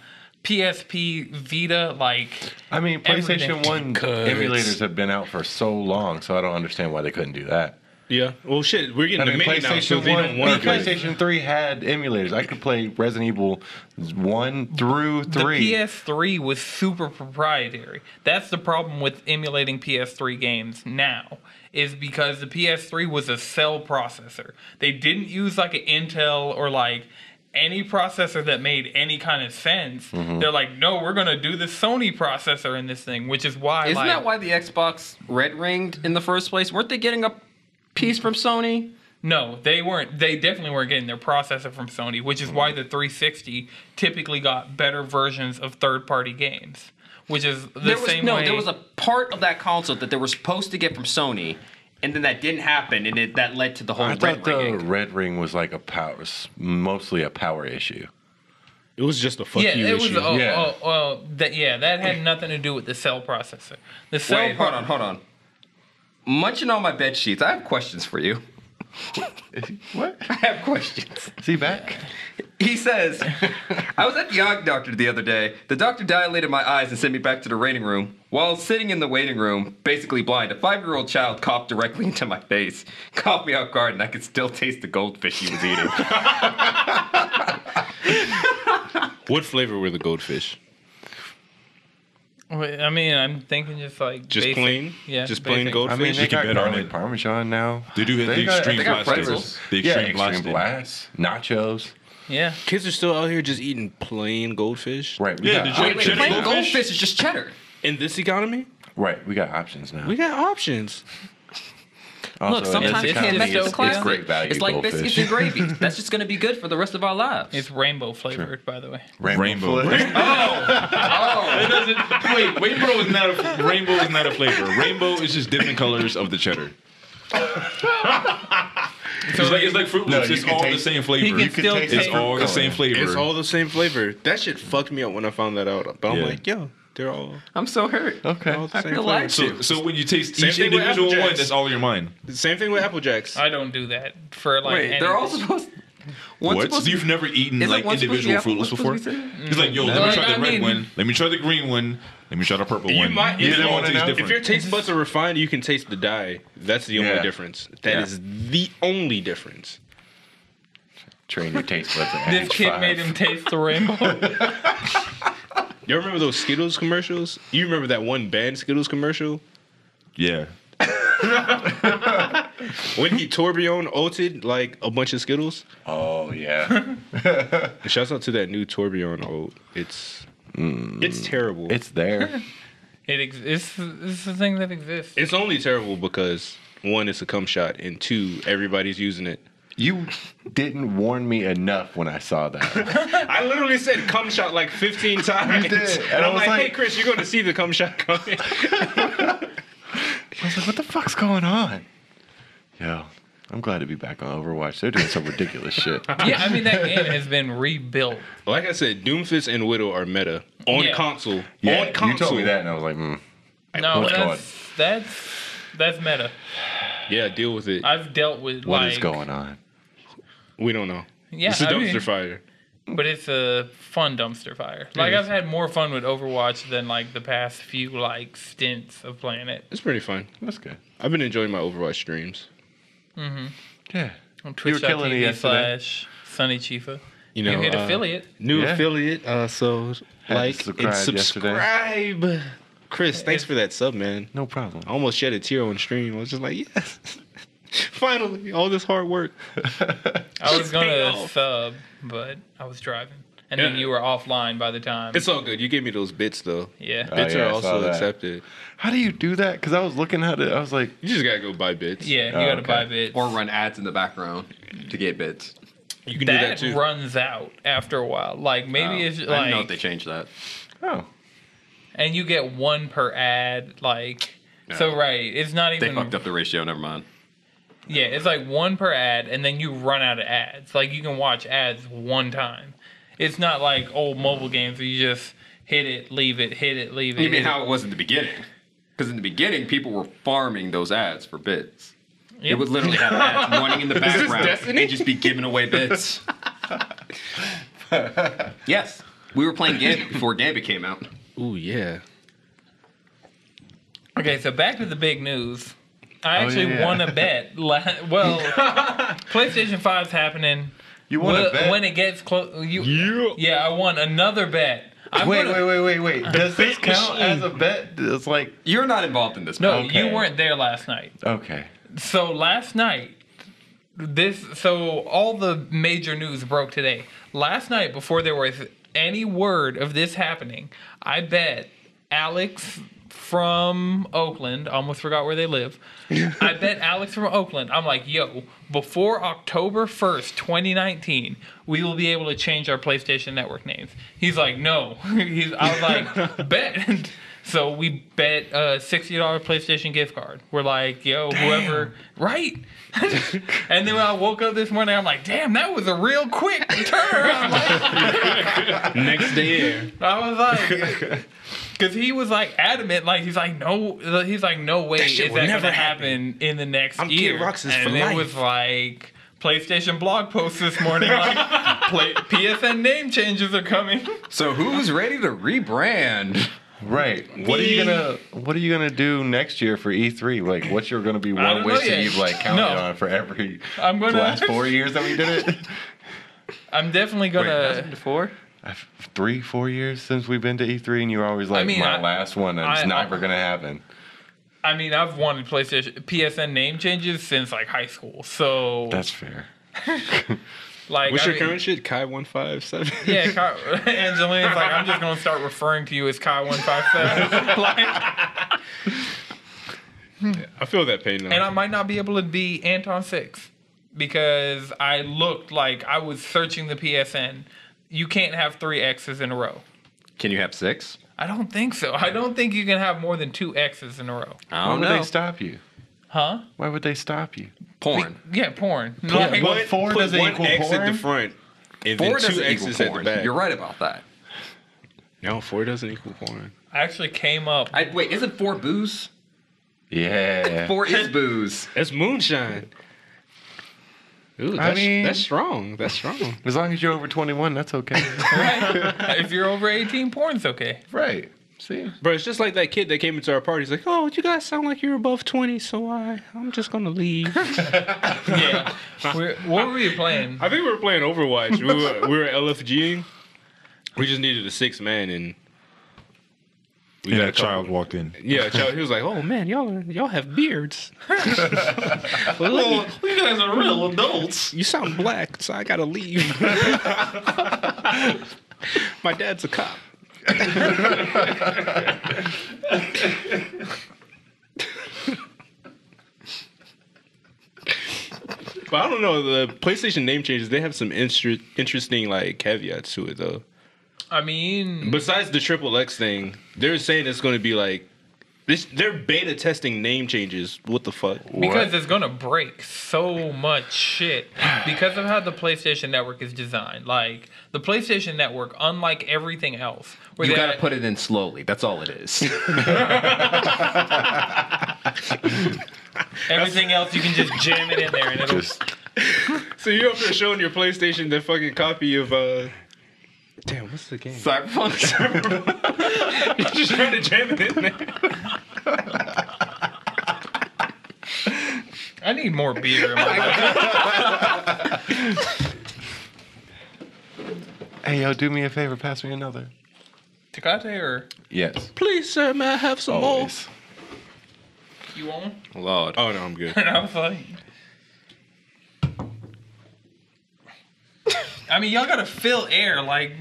A: PSP, Vita, like.
F: I mean,
A: Everything.
F: PlayStation 1 emulators have been out for so long, so I don't understand why they couldn't do that.
D: yeah. Well, shit, we're getting
F: I
D: the
F: mean,
D: mini now, so
F: PlayStation
D: they don't
F: One,
D: want to. do it.
F: PlayStation Three had emulators. I could play Resident Evil One through three.
A: The PS3 was super proprietary. That's the problem with emulating PS3 games now, is because the PS3 was a cell processor. They didn't use like an Intel or like any processor that made any kind of sense. They're like, no, we're gonna do the Sony processor in this thing, which is why
B: Isn't
A: like,
B: that why the Xbox red ringed in the first place? Weren't they getting a piece from Sony?
A: No, they weren't. They definitely weren't getting their processor from Sony, which is why the 360 typically got better versions of third-party games. Which is the
B: there was
A: same
B: no.
A: way.
B: There was a part of that console that they were supposed to get from Sony, and then that didn't happen, and it, that led to the whole
F: I
B: red
F: thought the
B: ringing.
F: red ring was like a power, s- mostly a power issue.
D: It was just a fuck
A: yeah,
D: you
A: it
D: issue.
A: was. Oh,
F: Yeah.
A: oh, oh, that, yeah, that had nothing to do with the cell processor. The cell.
B: Wait,
A: pro-
B: hold on, hold on. Munching on my bed sheets. I have questions for you.
F: What?
B: I have questions.
F: See back?
B: He says, I was at the eye doctor the other day. The doctor dilated my eyes and sent me back to the waiting room. While sitting in the waiting room, basically blind, a five year old child coughed directly into my face, caught me off guard, and I could still taste the goldfish he was eating.
D: What flavor were the goldfish?
A: Wait, I mean, I'm thinking just like
D: Just
A: basic-
D: plain?
A: Yeah,
D: Just plain
A: basic.
D: goldfish?
F: I mean, they
E: You can
F: got
E: bet on
F: garlic
E: it.
F: parmesan now.
E: They do have the
F: got-
E: extreme
F: they got
E: blast.
F: pretzels.
E: The
F: yeah,
E: extreme
F: extreme
E: blast.
F: blast, nachos.
A: Yeah,
D: Kids are still out here just eating plain goldfish.
F: Right. We
E: Yeah,
F: got,
E: the
F: op-
E: Wait,
B: Wait,
E: wait,
B: wait,
E: Cheddar
B: plain
E: plain goldfish?
B: goldfish
E: goldfish
B: is just cheddar.
D: In this economy,
F: right. We got options now.
D: we got options.
F: Also,
B: Look,
F: it's
B: sometimes
F: the
B: you
F: kind
B: can't
F: of
B: make
F: thing,
B: those
F: it's-
B: classics.
F: It's great value.
B: It's like
F: goldfish.
B: biscuits and gravy. That's just going to be good for the rest of our lives.
A: It's rainbow flavored, by the way.
F: Rainbow.
G: Rainbow.
F: flip.
B: Oh.
G: Wait, rainbow is not a rainbow is not a flavor. Rainbow is just different colors of the cheddar. It's like it's like Fruit
F: No,
G: Loops.
F: you
G: it's
F: can
G: all the
F: taste-
G: same
A: He
G: flavor.
A: can still
F: taste
A: taste it.
G: It's
F: it.
G: all the same flavor.
D: It's all the same flavor. That shit fucked me up when I found that out. But I'm
G: Yeah.
D: like, yo, they're all
B: I'm so hurt.
F: Okay.
D: all the
B: I
D: same
B: feel
D: flavor.
B: like
G: so so when you taste
D: Same
G: each
D: thing with
G: individual
D: Apple
G: one,
D: Jacks.
G: that's all in your mind.
D: Same thing with Apple Jacks.
A: I don't do that for like.
B: Wait,
A: any-
B: they're all supposed. One's
G: What?
B: supposed
G: So
B: to
G: you've never eaten
B: Isn't
G: like
B: one supposed to be
G: individual
B: apple,
G: Fruit Loops before?
B: one's supposed
G: He's
B: to be Mm.
G: like, yo, let me
A: Like,
G: try
A: I
G: the red
A: mean-
G: one. Let me try the green one. Let me try the purple
D: You
G: one.
D: might
G: They
D: you
G: all
D: know,
G: taste
D: if your taste buds are refined, you can taste the dye. That's the only
F: Yeah.
D: difference. That
F: Yeah.
D: is the only difference.
F: Train your taste buds. at
A: This
F: age
A: kid
F: five.
A: made him taste the rainbow.
D: Y'all remember those Skittles commercials? You remember that one band Skittles commercial?
G: yeah.
D: Wendy Torbjorn ulted like a bunch of Skittles.
F: Oh yeah.
D: And shouts out to that new Torbjorn ult. It's it's terrible. It's,
F: Mm. it's there.
A: it ex- it's, it's the thing that exists.
D: only terrible because one, it's a cum shot, and two, everybody's using it.
F: You didn't warn me enough when I saw that.
D: I literally said cum shot like 15 times.
F: You did,
D: And,
F: and I
D: I'm
F: was
D: like,
F: like-
D: hey, Chris, you're going to see the cum shot coming.
F: I was like, what the fuck's going on? Yo, I'm glad to be back on Overwatch. They're doing some ridiculous shit.
A: Yeah, I mean that game has been rebuilt.
D: like I said, Doomfist and Widow are meta on
A: Yeah.
D: console. on
F: Yeah,
D: console.
F: you told me that, and I was like, mm.
A: No,
F: what's
A: that's that's that's meta.
D: Yeah, deal with it.
A: I've dealt with
F: what
A: like
F: is going on?
D: we don't know.
A: Yeah,
D: it's a
A: I
D: dumpster
A: mean-
D: fire.
A: but it's a fun dumpster fire. Like I've had more fun with Overwatch than like the past few like stints of playing it.
D: It's pretty fun.
F: That's good.
D: I've been enjoying my Overwatch streams.
F: Yeah.
A: On
F: You were killing it
A: twitch.tv
F: yesterday.
A: slash Sunny Chifa. You
D: You know,
A: hit
D: uh,
A: affiliate.
D: new
F: Yeah.
D: affiliate. Uh, so
F: Had to
D: like and
F: subscribe yesterday.
D: subscribe. Chris, thanks for that sub, man.
F: No problem.
D: I almost shed a tear on stream. I was just like, yes, finally, all this hard work.
A: I was gonna
D: off.
A: sub, but I was driving. And then
D: Yeah.
A: you were offline by the time.
D: It's all good. You gave me those bits though.
A: Oh, yeah.
F: Uh,
D: Bits
F: yeah,
D: are
F: I saw
D: also
F: that.
D: accepted.
F: How do you do that? Because I was looking at it, I was like,
D: You just gotta go buy bits.
A: yeah, you
F: oh,
A: gotta buy
F: okay.
A: bits.
B: or run ads in the background to get bits.
D: you can
A: that,
D: do that too.
A: runs out after a while. Like maybe
B: Oh,
A: it's
B: I
A: like
B: didn't know if they changed that.
F: oh,
A: and you get one per ad. Like so, right? It's not
B: They
A: even.
B: fucked up the ratio. Never mind.
A: Yeah, it's like one per ad, and then you run out of ads. Like you can watch ads one time. It's not like old mobile games where you just hit it, leave it, hit it, leave it.
B: You mean
A: hit it.
B: how it was in the beginning? Because in the beginning, people were farming those ads for bits.
A: Yeah.
B: It would literally have ads running in the background
D: Destiny?
B: and just be giving away bits. yes, we were playing Gambit before Gambit came out.
D: Ooh yeah.
A: Okay, so back to the big news. I actually
F: yeah, yeah.
A: won a bet. la- Well, PlayStation 5's happening.
F: you want to
A: Well,
F: bet?
A: when it gets close, you
D: Yeah.
A: yeah, I won another bet. I
F: wait,
A: would've-
F: wait, wait, wait, wait. Does this count as a bet? It's like
B: You're not involved in this.
A: No,
B: man.
F: Okay.
A: you weren't there last night.
F: okay.
A: So last night, this so all the major news broke today. Last night, before there was any word of this happening, I bet Alex from Oakland, almost forgot where they live. I bet Alex from Oakland. I'm like, yo, before October 1st, 2019, we will be able to change our PlayStation Network names. He's like, no. He's, I was like, bet. So we bet a $60 PlayStation gift card. We're like, yo, whoever, right? and then when I woke up this morning, I'm like, damn, that was a real quick turn. I'm like-
D: Next day. yeah.
A: I was like, because he was like adamant, like he's like no, he's like no way is that
D: will
A: gonna
D: never
A: happen. in the next
D: I'm Kid
A: year.
D: Roxas
A: and
D: for
A: it
D: life.
A: was like PlayStation blog post this morning, like play, PSN name changes are coming.
B: So who's ready to rebrand?
F: Right. What are you gonna What are you gonna do next year for E3? Like, what you're gonna be
A: don't
F: one
A: know
F: wish that
A: yet.
F: you've like counted
A: No.
F: on for every
A: I'm gonna-
F: last four years that we did it?
A: I'm definitely gonna.
B: Before?
F: I've, three, four years since we've been to E3, and you're always like,
A: mean,
F: my
A: I-
F: last one, and
A: I-
F: it's never
A: I-
F: gonna happen.
A: I mean, I've wanted PlayStation PSN name changes since like high school, so
F: That's fair.
A: like
D: What's
A: I
D: your
A: mean-
D: current shit? Kai one five seven.
A: Yeah, Kai, Angeline's like, I'm just gonna start referring to you as Kai One Five Seven. Like,
D: I feel that pain now.
A: and I might not be able to be Anton Six because I looked like I was searching the PSN. You can't have three X's in a row.
B: Can you have six?
A: I don't think so. I don't think you can have more than two X's in a row.
B: I
F: Why
B: don't
F: would
B: know.
F: they stop you?
A: Huh?
F: Why would they stop you?
B: Porn.
A: Yeah, porn.
F: Yeah,
A: Like,
F: what- four
D: put
F: doesn't
D: one
F: equal
D: X at
F: porn?
D: the front and
B: Four
D: then
B: doesn't
D: two
B: equal
D: X's at the
B: porn.
D: back.
B: You're right about that.
D: No, four doesn't equal porn.
A: I actually came up.
B: I, wait, isn't four booze?
F: Yeah.
B: Four is booze.
D: That's moonshine. Ooh, that's,
F: mean-
D: that's strong. That's strong.
F: As long as you're over 21, that's okay.
A: if you're over 18, porn's okay.
F: right. See?
D: Bro, it's just like that kid that came into our party. He's like, "Oh, you guys sound like you're above 20, so I, I'm just gonna leave."
A: Yeah. We're, what were we playing?
D: I think we were playing Overwatch. we were we were LFGing. We just needed a six man, and we
E: And
D: got a
E: that child
D: couple-
E: walked in.
D: Yeah, a child. He was like, "Oh man, y'all are, y'all have beards. Well, look, you,
G: You guys are real adults.
D: you sound black, so I gotta leave." My dad's a cop. But I don't know. The PlayStation name changes, they have some inter- interesting like caveats to it though.
A: I mean,
D: Besides the triple X thing, they're saying it's going to be like this. They're beta testing name changes. What the fuck?
A: because it's going to break so much shit because of how the PlayStation Network is designed. Like, the PlayStation Network, unlike everything else, where
B: You
A: they-
B: gotta put it in slowly. That's all it is.
A: everything else, you can just jam it in there and it'll.
F: Just
D: So you're up there showing your PlayStation the fucking copy of uh. Damn, what's the game?
B: Cyberpunk.
D: You're just trying to jam it in there.
A: I need more beer in my life.
F: Hey, yo, do me a favor. Pass me another.
A: Tecate or
F: Yes.
D: Please, sir, may I have some
F: Always.
A: you want one?
B: Lord.
D: Oh no, I'm good.
A: And I was like, I mean, y'all gotta fill air. Like,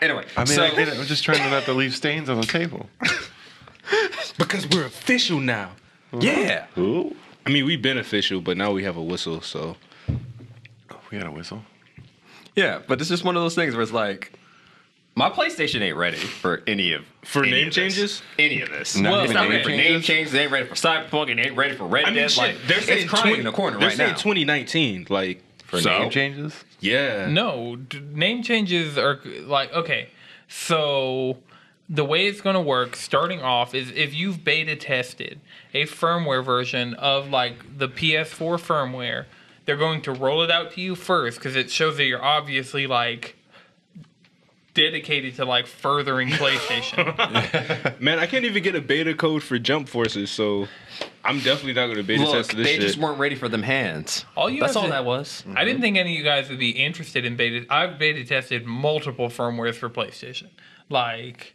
B: Anyway,
F: I mean,
B: so,
F: I get it. I'm just trying to not to leave stains on the table.
D: Because we're official now.
B: yeah.
F: Ooh.
D: I mean, we've been official, but now we have a whistle. So
F: We got a whistle.
B: Yeah, but it's just one of those things where it's like, my PlayStation ain't ready for any of
D: For
B: any
D: name
B: of this.
D: changes?
B: Any of this?
F: Not
B: Well,
F: even
B: it's not ready
F: name
B: for name
F: changes?
B: changes. It ain't ready for Cyberpunk. It ain't ready for Red
D: I mean,
B: Dead.
D: shit,
B: like,
D: they're saying
B: it's crying
D: 20
B: in the corner
D: they're
B: right
D: saying
B: now.
D: 2019. Like,
F: For
B: So?
F: name changes?
D: yeah.
A: no, d- name changes are like okay. So the way it's gonna work, starting off, is if you've beta tested a firmware version of like the PS4 firmware, they're going to roll it out to you first because it shows that you're obviously like dedicated to like furthering PlayStation.
D: Man, I can't even get a beta code for Jump Forces, so I'm definitely not going to beta
B: Look,
D: test this
B: they
D: shit.
B: just weren't ready for them hands.
A: All you
B: That's
A: have
B: all
A: to-
B: that was.
A: I didn't think any of you guys would be interested in beta. I've beta tested multiple firmwares for PlayStation. Like,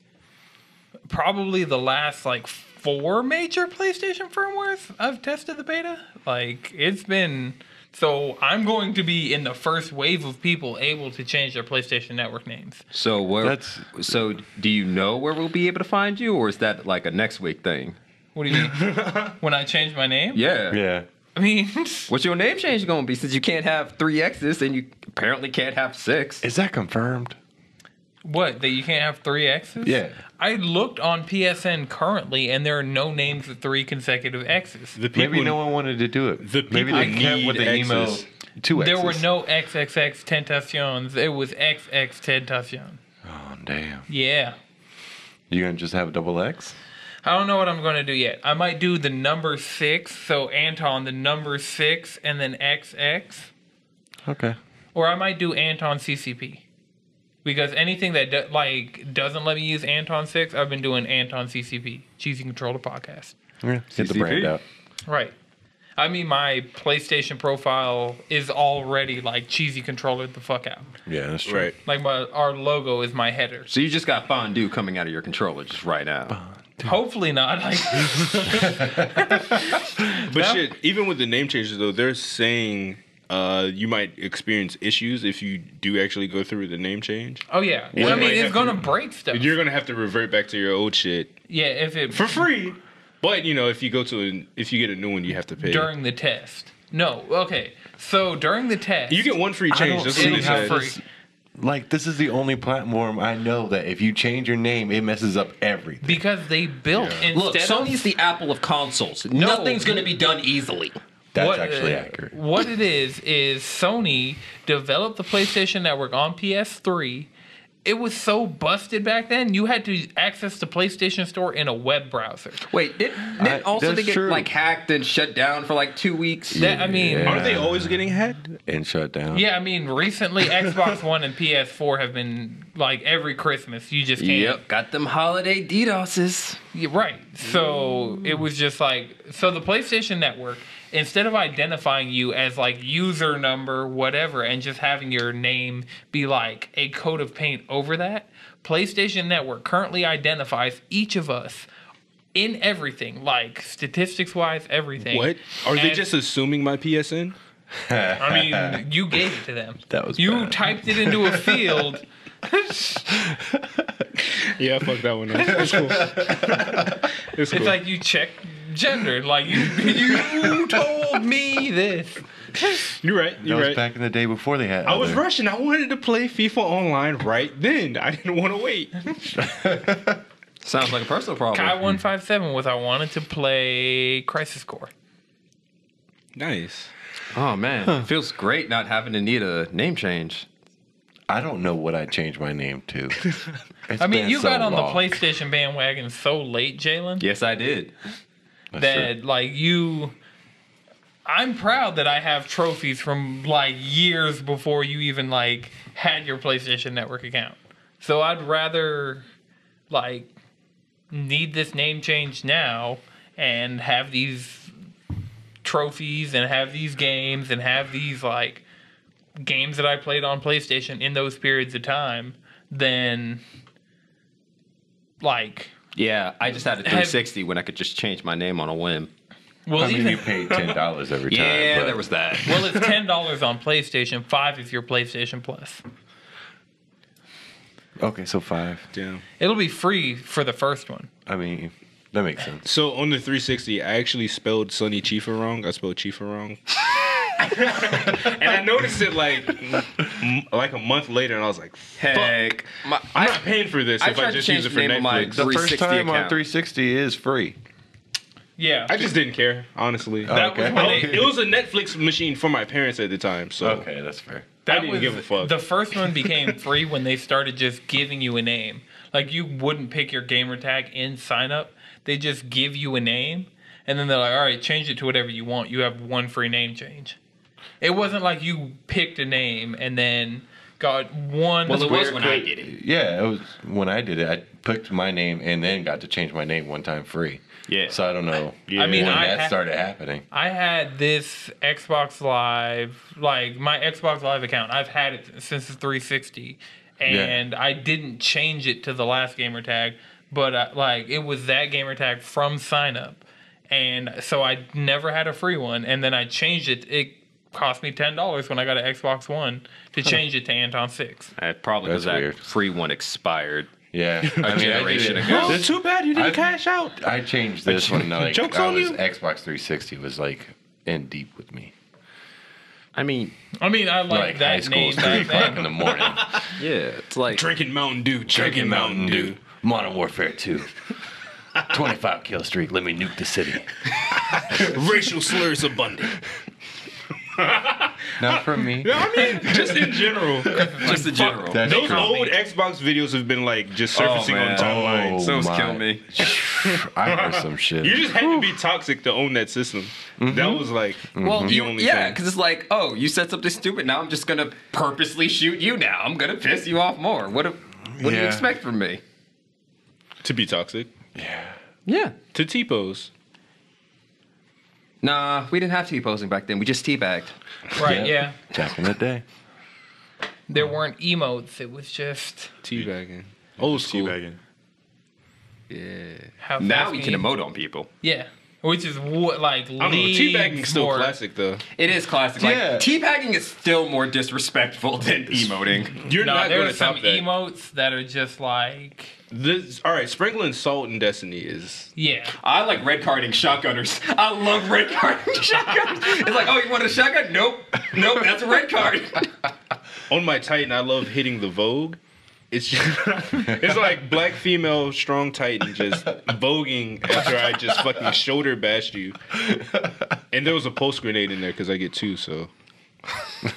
A: probably the last like four major PlayStation firmwares I've tested the beta. Like, it's been. So I'm going to be in the first wave of people able to change their PlayStation Network names.
B: So where?
F: That's-
B: so do you know where we'll be able to find you, or is that like a next week thing?
A: What do you mean? when I change my name?
B: Yeah.
F: Yeah.
A: I mean,
B: What's your name change going to be? Since you can't have three X's and you apparently can't have six.
F: Is that confirmed?
A: what? That you can't have three X's?
F: Yeah.
A: I looked on PSN currently, and there are no names with three consecutive X's.
D: the people,
F: Maybe no one wanted to do it.
D: the
F: Maybe
D: people
F: they kept with
D: need
F: the email.
D: X's.
F: Two X's.
A: There were no XXX tentations. It was XX tentacion.
F: Oh, damn.
A: Yeah.
F: You're going to just have a double X?
A: I don't know what I'm going to do yet. I might do the number six. So Anton, the number six, and then XX.
F: Okay.
A: Or I might do Anton CCP. Because anything that do, like doesn't let me use Anton six, I've been doing Anton CCP, Cheesy Controller Podcast.
F: Yeah. Get the brand out.
A: Right. I mean, my PlayStation profile is already like cheesy controller the fuck out.
F: Yeah, that's true.
D: right.
A: Like my our logo is my header.
B: So you just got fondue coming out of your controller just right now.
A: Hopefully not. Like
D: But shit, even with the name changes though, they're saying uh, you might experience issues if you do actually go through the name change.
A: Oh yeah, I
D: Yeah.
A: mean
D: Like,
A: it's
D: if
A: gonna
D: you-
A: break stuff.
D: You're gonna have to revert back to your old shit
A: Yeah, if it
D: for free. But you know, if you go to an, if you get a new one, you have to pay.
A: during the test. No, okay. So during the test,
D: you get one free
F: I
D: change.
F: don't
D: That's
F: see
D: what they
A: it'll
F: how
A: be free.
D: said.
F: Like this is the only platform I know that if you change your name, it messes up everything.
A: because they built instead
B: Look,
A: of
B: Sony's the Apple of consoles. Nothing's going to be done easily.
F: That's
A: What-
F: actually
A: uh,
F: accurate.
A: What it is is Sony developed the PlayStation Network on PS3. It was so busted back then. You had to access the PlayStation Store in a web browser.
B: Wait, did, did
F: I-
B: also they
F: that's
B: get
F: true.
B: like hacked and shut down for like two weeks?
A: That, I mean, yeah.
D: Aren't they always getting hacked?
F: And shut down.
A: I mean, recently Xbox One and PS4 have been like every Christmas. You just can't.
B: Yep, got them holiday DDoSes.
A: Yeah, right. So it was just like so the PlayStation Network instead of identifying you as like user number whatever and just having your name be like a coat of paint over that, PlayStation Network currently identifies each of us in everything, like statistics wise, everything.
D: What? Are they
A: as-
D: just assuming my PSN?
A: I mean, you gave it to them.
F: That was
A: you
F: bad.
A: typed it into a field.
D: Yeah, fuck that one. Up. It's cool. It's cool.
A: It's like you check gender. Like you, you told me this.
D: you're right.
F: That
D: You're
F: was
D: right.
F: back in the day before they had.
D: I was
F: other-
D: rushing. I wanted to play FIFA online right then. I didn't want to wait.
B: Sounds like a personal problem.
F: Mm-hmm.
A: Kai one five seven was I wanted to play Crisis Core.
D: Nice.
B: Oh man, feels great not having to need a name change.
F: I don't know what I changed my name to. It's
A: I mean,
F: been
A: you
F: so
A: got on
F: long.
A: the PlayStation bandwagon so late, Jalen,
B: Yes, I did.
F: That's
A: that
F: true.
A: like you. I'm proud that I have trophies from like years before you even like had your PlayStation Network account. So I'd rather like need this name change now and have these trophies and have these games and have these like games that I played on PlayStation in those periods of time than like
B: Yeah, I just had a 360 when I could just change my name on a whim.
A: well
F: I mean,
A: even
F: you paid ten dollars every time.
B: Yeah,
F: but
B: there was that.
A: well it's ten dollars on PlayStation, five if you're PlayStation Plus.
F: okay, so five.
D: Damn.
A: It'll be free for the first one.
F: I mean, that makes sense.
D: So on the 360, I actually spelled Sonny Chifa wrong. I spelled Chifa wrong. and I noticed it like m- like a month later, and I was like,
B: Heck, my,
D: I'm not paying for this
B: I
D: if
B: tried
D: I
B: to
D: just
B: change
D: use it
B: the
D: for
B: name of my
D: Netflix.
F: The first
B: 360
F: time on
B: account.
F: 360 is free.
A: Yeah.
D: I just didn't care, honestly.
A: that was
F: okay.
A: when they-
D: it was a Netflix machine for my parents at the time, so
F: Okay, that's fair.
D: I
A: That
D: didn't
A: was-
D: give a fuck.
A: The first one became free when they started just giving you a name. Like you wouldn't pick your gamer tag in sign up. They just give you a name and then they're like, all right, change it to whatever you want. You have one free name change. It wasn't like you picked a name and then got one
B: well, it was when I did it.
F: Yeah, it was when I did it. I picked my name and then got to change my name one time free.
B: Yeah.
F: So I don't know.
A: I mean,
F: when
A: I
F: that
A: ha-
F: started happening.
A: I had this Xbox Live, like my Xbox Live account. I've had it since the 360, and I didn't change it to the last gamer tag, but uh like it was that gamer tag from sign up, and so I never had a free one. And then I changed it. It cost me ten dollars when I got an Xbox One to change it to Anton Six.
B: Uh, probably because
F: That's
B: that
F: weird.
B: free one expired.
F: Yeah. I mean, I did
B: generation
F: it.
B: ago.
F: This-
D: too bad you didn't
F: I-
D: cash out.
F: I changed this one. Like,
D: Joke's
F: I
D: on
F: was,
D: you.
F: Xbox 360 was like in deep with me.
B: I mean,
A: I mean, I like,
F: Like, high
A: that
F: school,
A: name
F: was three
A: back
F: o'clock in
A: then.
F: the morning.
B: yeah, it's like
D: Drinking Mountain Dew,
F: Drinking Mountain Dew, Modern Warfare 2, 25 Kill Street. Let me nuke the city.
D: racial slurs abundant.
F: Not from me.
D: I mean, just in general.
B: just the general.
F: That's
D: Those
F: true.
D: old Xbox videos have been like just surfacing
B: Oh,
D: on
B: man.
D: timelines.
B: Those
F: Oh my.
B: kill me.
F: I heard some
D: You
F: shit.
D: just had to be toxic to own that system. That was like
B: Well,
D: the
B: you,
D: only
B: yeah,
D: thing.
B: because it's like, oh, you said something stupid. Now I'm just gonna purposely shoot you. Now I'm gonna piss you off more. What? do- what do you
F: Yeah.
B: expect from me?
D: to be toxic
B: Yeah.
D: to T-pose.
B: Nah, we didn't have T posing back then. We just teabagged.
A: Right? Yeah.
F: Back in the day.
A: There weren't emotes. It was just
D: Teabagging. Old school.
E: Teabagging.
A: how
B: Now
A: fast
B: we can
A: you-
B: emote on people.
A: Yeah. Which is what like
D: I don't know.
A: leagues
D: Teabagging's still
A: more-
D: classic though.
B: It is classic. Like
F: Yeah.
B: teabagging is still more disrespectful than emoting.
D: You're
A: No,
D: not
A: there
D: going
A: are
D: to
A: some
D: top that.
A: emotes that are just like
D: This all right. Sprinkling salt in Destiny is
A: Yeah.
B: I like red carding shotgunners. I love red carding shotgunners. It's like, oh, you want a shotgun? Nope. Nope, that's a red card.
D: on my Titan. I love hitting the Vogue. It's just, it's like black female strong Titan just voguing after I just fucking shoulder bashed you. And there was a pulse grenade in there because I get two. So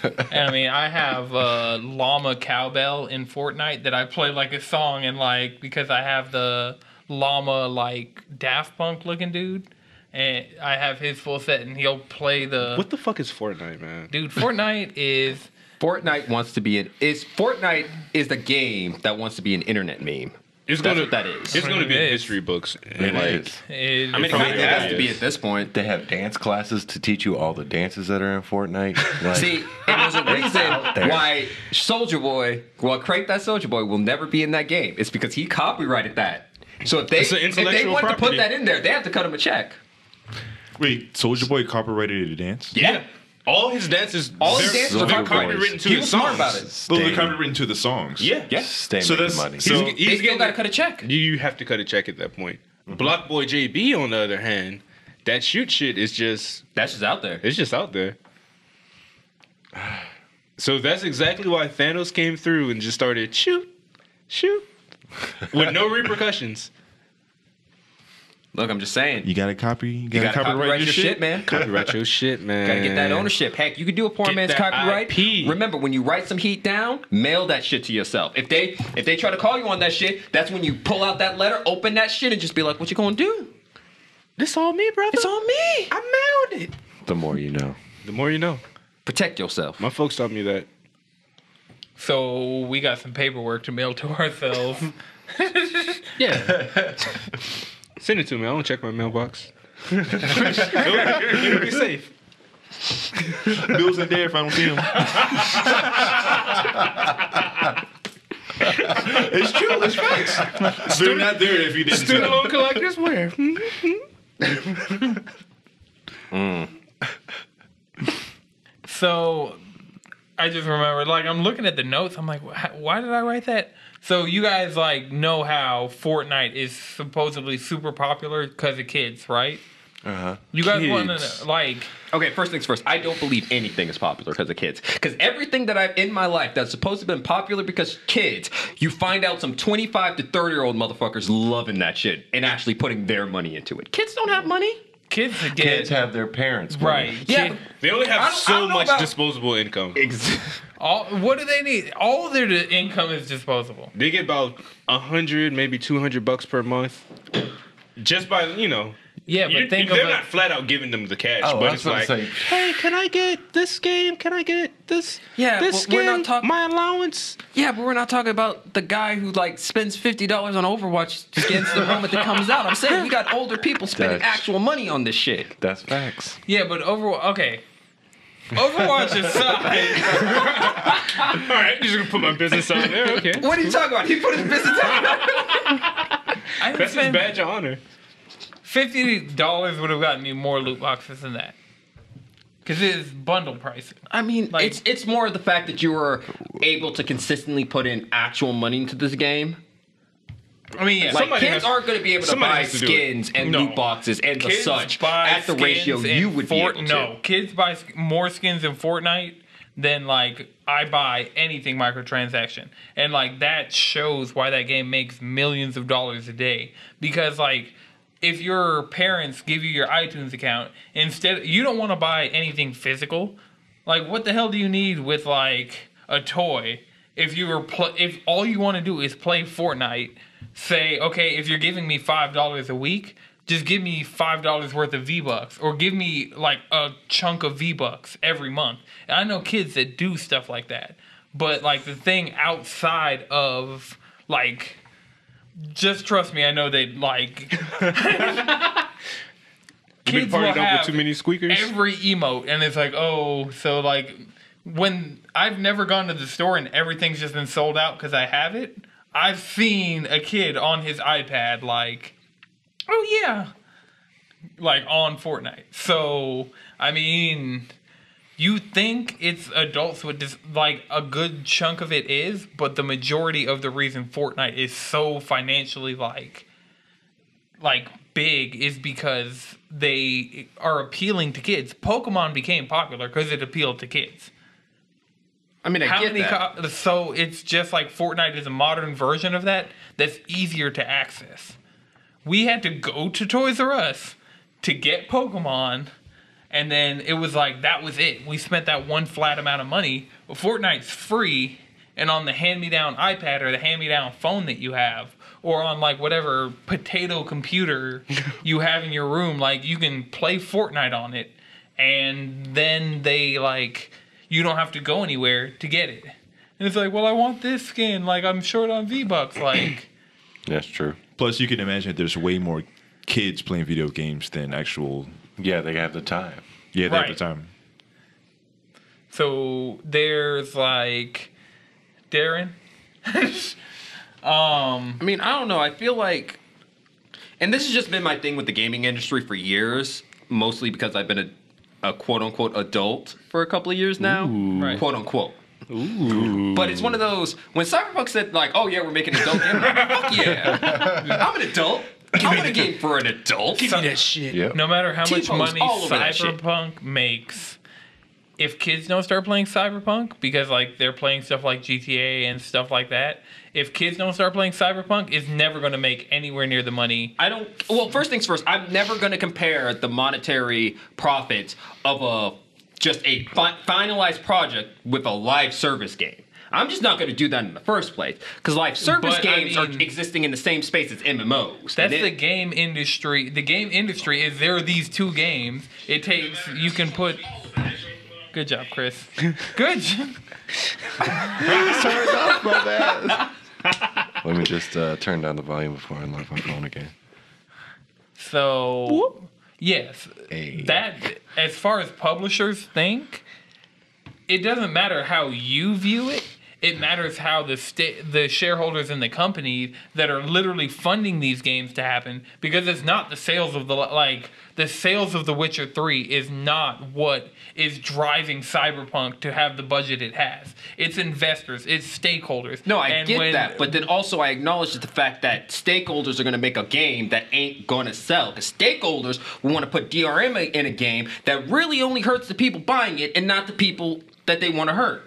A: And, I mean, I have uh, llama cowbell in Fortnite that I play like a song, and like because I have the llama like Daft Punk looking dude, and I have his full set, and he'll play the
D: what the fuck is Fortnite, man?
A: dude. Fortnite is
B: Fortnite wants to be an is Fortnite is the game that wants to be an internet meme.
D: It's
B: That's
D: gonna
B: what that is.
D: It's gonna be
A: It
D: in
A: is.
D: history books. And
F: It
D: like,
F: is.
A: is
B: I mean, it
D: Probably
B: kind of has to be
D: is.
B: at this point.
F: They have dance classes to teach you all the dances that are in Fortnite. Like,
B: See, and there's a reason
F: there.
B: why Soldier Boy, well, Crank That Soldier Boy will never be in that game. It's because he copyrighted that. So if they
D: It's an
B: if they
D: intellectual
B: want to put
D: property.
B: that in there, they have to cut him a check.
G: Wait, Soldier Boy copyrighted a dance?
B: Yeah.
D: all his dances,
B: All his
D: they're
B: dances are
F: Soldier
B: copyrighted.
D: copywritten to
B: He
D: his
B: was smart
D: songs.
B: about it.
G: Well,
F: stay,
G: they copyrighted into the songs.
D: Yeah,
B: Yeah.
F: stay
G: So
F: making
G: that's-
F: money.
G: so-
D: he's,
B: They
D: he's
B: still
D: getting
B: got to cut a check.
D: You have to cut a check at that point. Block boy JB, on the other hand, that shoot shit is just
B: That's just out there.
D: it's just out there. So that's exactly why Thanos came through and just started shoot, shoot, with no repercussions.
B: Look, I'm just saying.
G: You gotta copy. You gotta,
B: You gotta
G: copyright, your shit.
B: man.
D: Copyright your shit, man.
B: Gotta get that ownership. Heck, you could do a poor
D: Get
B: man's
D: that
B: copyright.
D: IP.
B: Remember, when you write some heat down, mail that shit to yourself. If they if they try to call you on that shit, that's when you pull out that letter, open that shit, and just be like, "What you gonna do?
D: This all me, brother.
B: It's on me. I mailed it."
F: the more you know.
D: the more you know.
B: Protect yourself.
D: My folks taught me that.
A: so we got some paperwork to mail to ourselves.
D: Send it to me. I don't check my mailbox. It'll be safe.
G: Bills in there if I don't see him. it's true. It's facts. They're not there if you didn't. see
D: Student
G: them.
D: loan collectors where?
A: So I just remember, like, I'm looking at the notes. I'm like, "Wh- why did I write that? So you guys like know how Fortnite is supposedly super popular because of kids, right? Uh huh. You guys want
D: Kids.
A: to like
B: Okay, first things first. I don't believe anything is popular because of kids. Because everything that I've in my life that's supposed to have been popular because kids, you find out some 25 to 30 year old motherfuckers loving that shit and actually putting their money into it. Kids don't have money.
A: kids to get
F: Kids have their parents. money.
A: right?
B: Yeah,
A: Kid-
D: They only
B: I
D: have
B: don't- I
D: so
B: don't know
D: much
B: about-
D: disposable income.
A: all what do they need? All their di- income is disposable.
D: They get about a hundred, maybe two hundred bucks per month, just by you know.
A: Yeah,
D: You,
A: but think of
D: they're
A: it.
D: not flat out giving them the cash,
F: Oh, I
D: but
F: was
D: it's
F: gonna
D: like,
F: say-
D: hey, can I get this game? Can I get this?
B: Yeah,
D: this
B: but we're not
D: skin?
B: talk-
D: my allowance.
B: Yeah, but we're not talking about the guy who like spends fifty dollars on Overwatch skins the moment it comes out. I'm saying we got older people spending
F: That's-
B: actual money on this shit.
F: That's facts.
A: yeah, but Overwatch. Okay, Overwatch aside,
D: All right, just gonna put my business out there. Okay,
B: What are you talking about? He put his business out.
A: I
D: that's his
A: spend
D: badge of honor.
A: fifty dollars would have gotten me more loot boxes than that. Cause it is bundle pricing.
B: I mean,
A: Like-
B: it's it's more of the fact that you were able to consistently put in actual money into this game.
A: I mean, yeah.
B: Like
D: Somebody
B: kids
D: has-
B: aren't going to be able to
D: somebody
B: buy
D: has to do it.
B: skins and
A: No.
B: loot boxes and the
A: kids
B: such
A: buy
B: at the
A: skins
B: ratio
A: in
B: you would
A: Fort-
B: be able to.
A: No, kids buy sk- more skins in Fortnite than like I buy anything microtransaction, and like that shows why that game makes millions of dollars a day because like. If your parents give you your iTunes account, instead you don't want to buy anything physical. Like, what the hell do you need with like a toy if you were pl- if all you want to do is play Fortnite? Say, okay, if you're giving me five dollars a week, just give me five dollars worth of V Bucks, or give me like a chunk of V Bucks every month. And I know kids that do stuff like that, but like the thing outside of like, just trust me, I know they like.
D: Been
A: Kids will
D: partied up
A: have
D: with too many squeakers.
A: every emote and it's like oh so like when i've never gone to the store and everything's just been sold out because i have it i've seen a kid on his ipad like oh yeah like on fortnite so i mean You think it's adults with this, like a good chunk of it is, but the majority of the reason Fortnite is so financially like, like big is because they are appealing to kids. Pokemon became popular because it appealed to kids.
B: I mean, I
A: How
B: get
A: many?
B: that.
A: Co- so it's just like Fortnite is a modern version of that. That's easier to access. We had to go to Toys R Us to get Pokemon, and then it was like that was it. We spent that one flat amount of money. But Fortnite's free, and on the hand-me-down iPad or the hand-me-down phone that you have, or on like whatever potato computer you have in your room, like you can play Fortnite on it, and then they like you don't have to go anywhere to get it. And it's like, well, I want this skin. Like, I'm short on V Bucks. Like,
F: That's true.
G: Plus, you can imagine that there's way more kids playing video games than actual.
F: Yeah, they have the time.
G: Yeah, they have
A: Right.
G: the time.
A: so there's like, Darren. um,
B: I mean, I don't know. I feel like, and this has just been my thing with the gaming industry for years, mostly because I've been a, a quote unquote adult for a couple of years now.
A: Right.
B: Quote unquote. Ooh. But it's one of those when Cyberpunk said like, "Oh yeah, we're making adult game." I'm like, Fuck yeah, I'm an adult. I'm gonna game for an adult.
D: shit.
F: Yep.
A: no matter how much
B: T-Po's
A: money
B: all over that shit.
A: Cyberpunk makes, if kids don't start playing Cyberpunk because like they're playing stuff like GTA and stuff like that, if kids don't start playing Cyberpunk, it's never going to make anywhere near the money.
B: I don't. Well, first things first. I'm never going to compare the monetary profits of a just a fi- finalized project with a live service game. I'm just not going to do that in the first place because live service
A: But, I
B: games
A: mean-
B: are existing in the same space as MMOs.
A: That's
B: And
A: the
B: it-
A: game industry. The game industry is there are these two games. It takes you can put. Good job, Chris. Good. job.
F: Let me just uh, turn down the volume before I unlock my phone again.
A: So yes,
F: Hey.
A: that as far as publishers think, it doesn't matter how you view it. It matters how the sta- the shareholders in the companies that are literally funding these games to happen because it's not the sales of the like the sales of The Witcher 3 is not what is driving Cyberpunk to have the budget it has. It's investors, it's stakeholders.
B: no, I
A: And
B: get
A: when-
B: that, but then also I acknowledge the fact that stakeholders are going to make a game that ain't going to sell because stakeholders will want to put DRM in a game that really only hurts the people buying it and not the people that they want to hurt.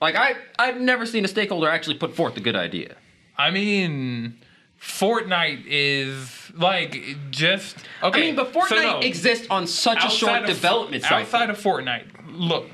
B: Like I, I've never seen a stakeholder actually put forth a good idea.
A: I mean, Fortnite is like just okay.
B: I mean, but Fortnite
A: so no,
B: exists on such a short
A: outside of-
B: development cycle.
A: Outside of Fortnite, look.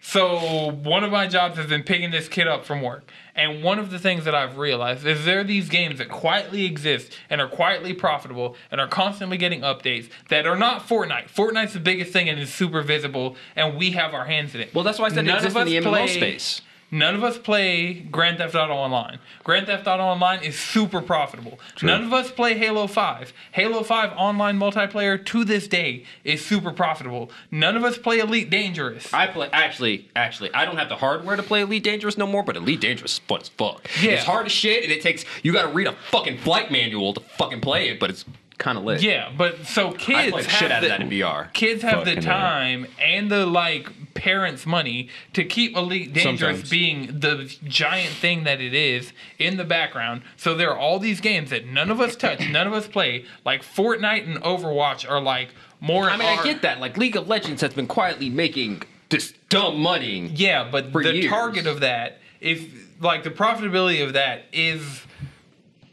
A: So one of my jobs has been picking this kid up from work, and one of the things that I've realized is there are these games that quietly exist and are quietly profitable and are constantly getting updates that are not Fortnite. Fortnite's the biggest thing and is super visible, and we have our hands in it.
B: well, that's why I said it
A: None of
B: exists in
A: us
B: the MMO
A: play-
B: space.
A: None of us play Grand Theft Auto Online. Grand Theft Auto Online is super profitable. None of us play Halo 5. Halo 5 online multiplayer to this day is super profitable. None of us play Elite Dangerous.
B: I play actually, actually, I don't have the hardware to play Elite Dangerous no more, but Elite Dangerous is fun as fuck.
A: Yeah.
B: It's hard as shit, and it takes you got to read a fucking flight manual to fucking play it, but it's kind of lit.
A: yeah, but so kids
B: I played
A: have
B: shit out
A: the-
B: of that in VR.
A: Kids have the
F: Fucking hell.
A: time and the like parents' money to keep Elite Dangerous
D: Sometimes.
A: being the giant thing that it is in the background. So there are all these games that none of us touch, none of us play, like Fortnite and Overwatch are like more.
B: I mean, I
A: are-
B: get that. Like League of Legends has been quietly making this dumb money.
A: Yeah, but
B: for
A: the
B: years.
A: target of that, if like the profitability of that is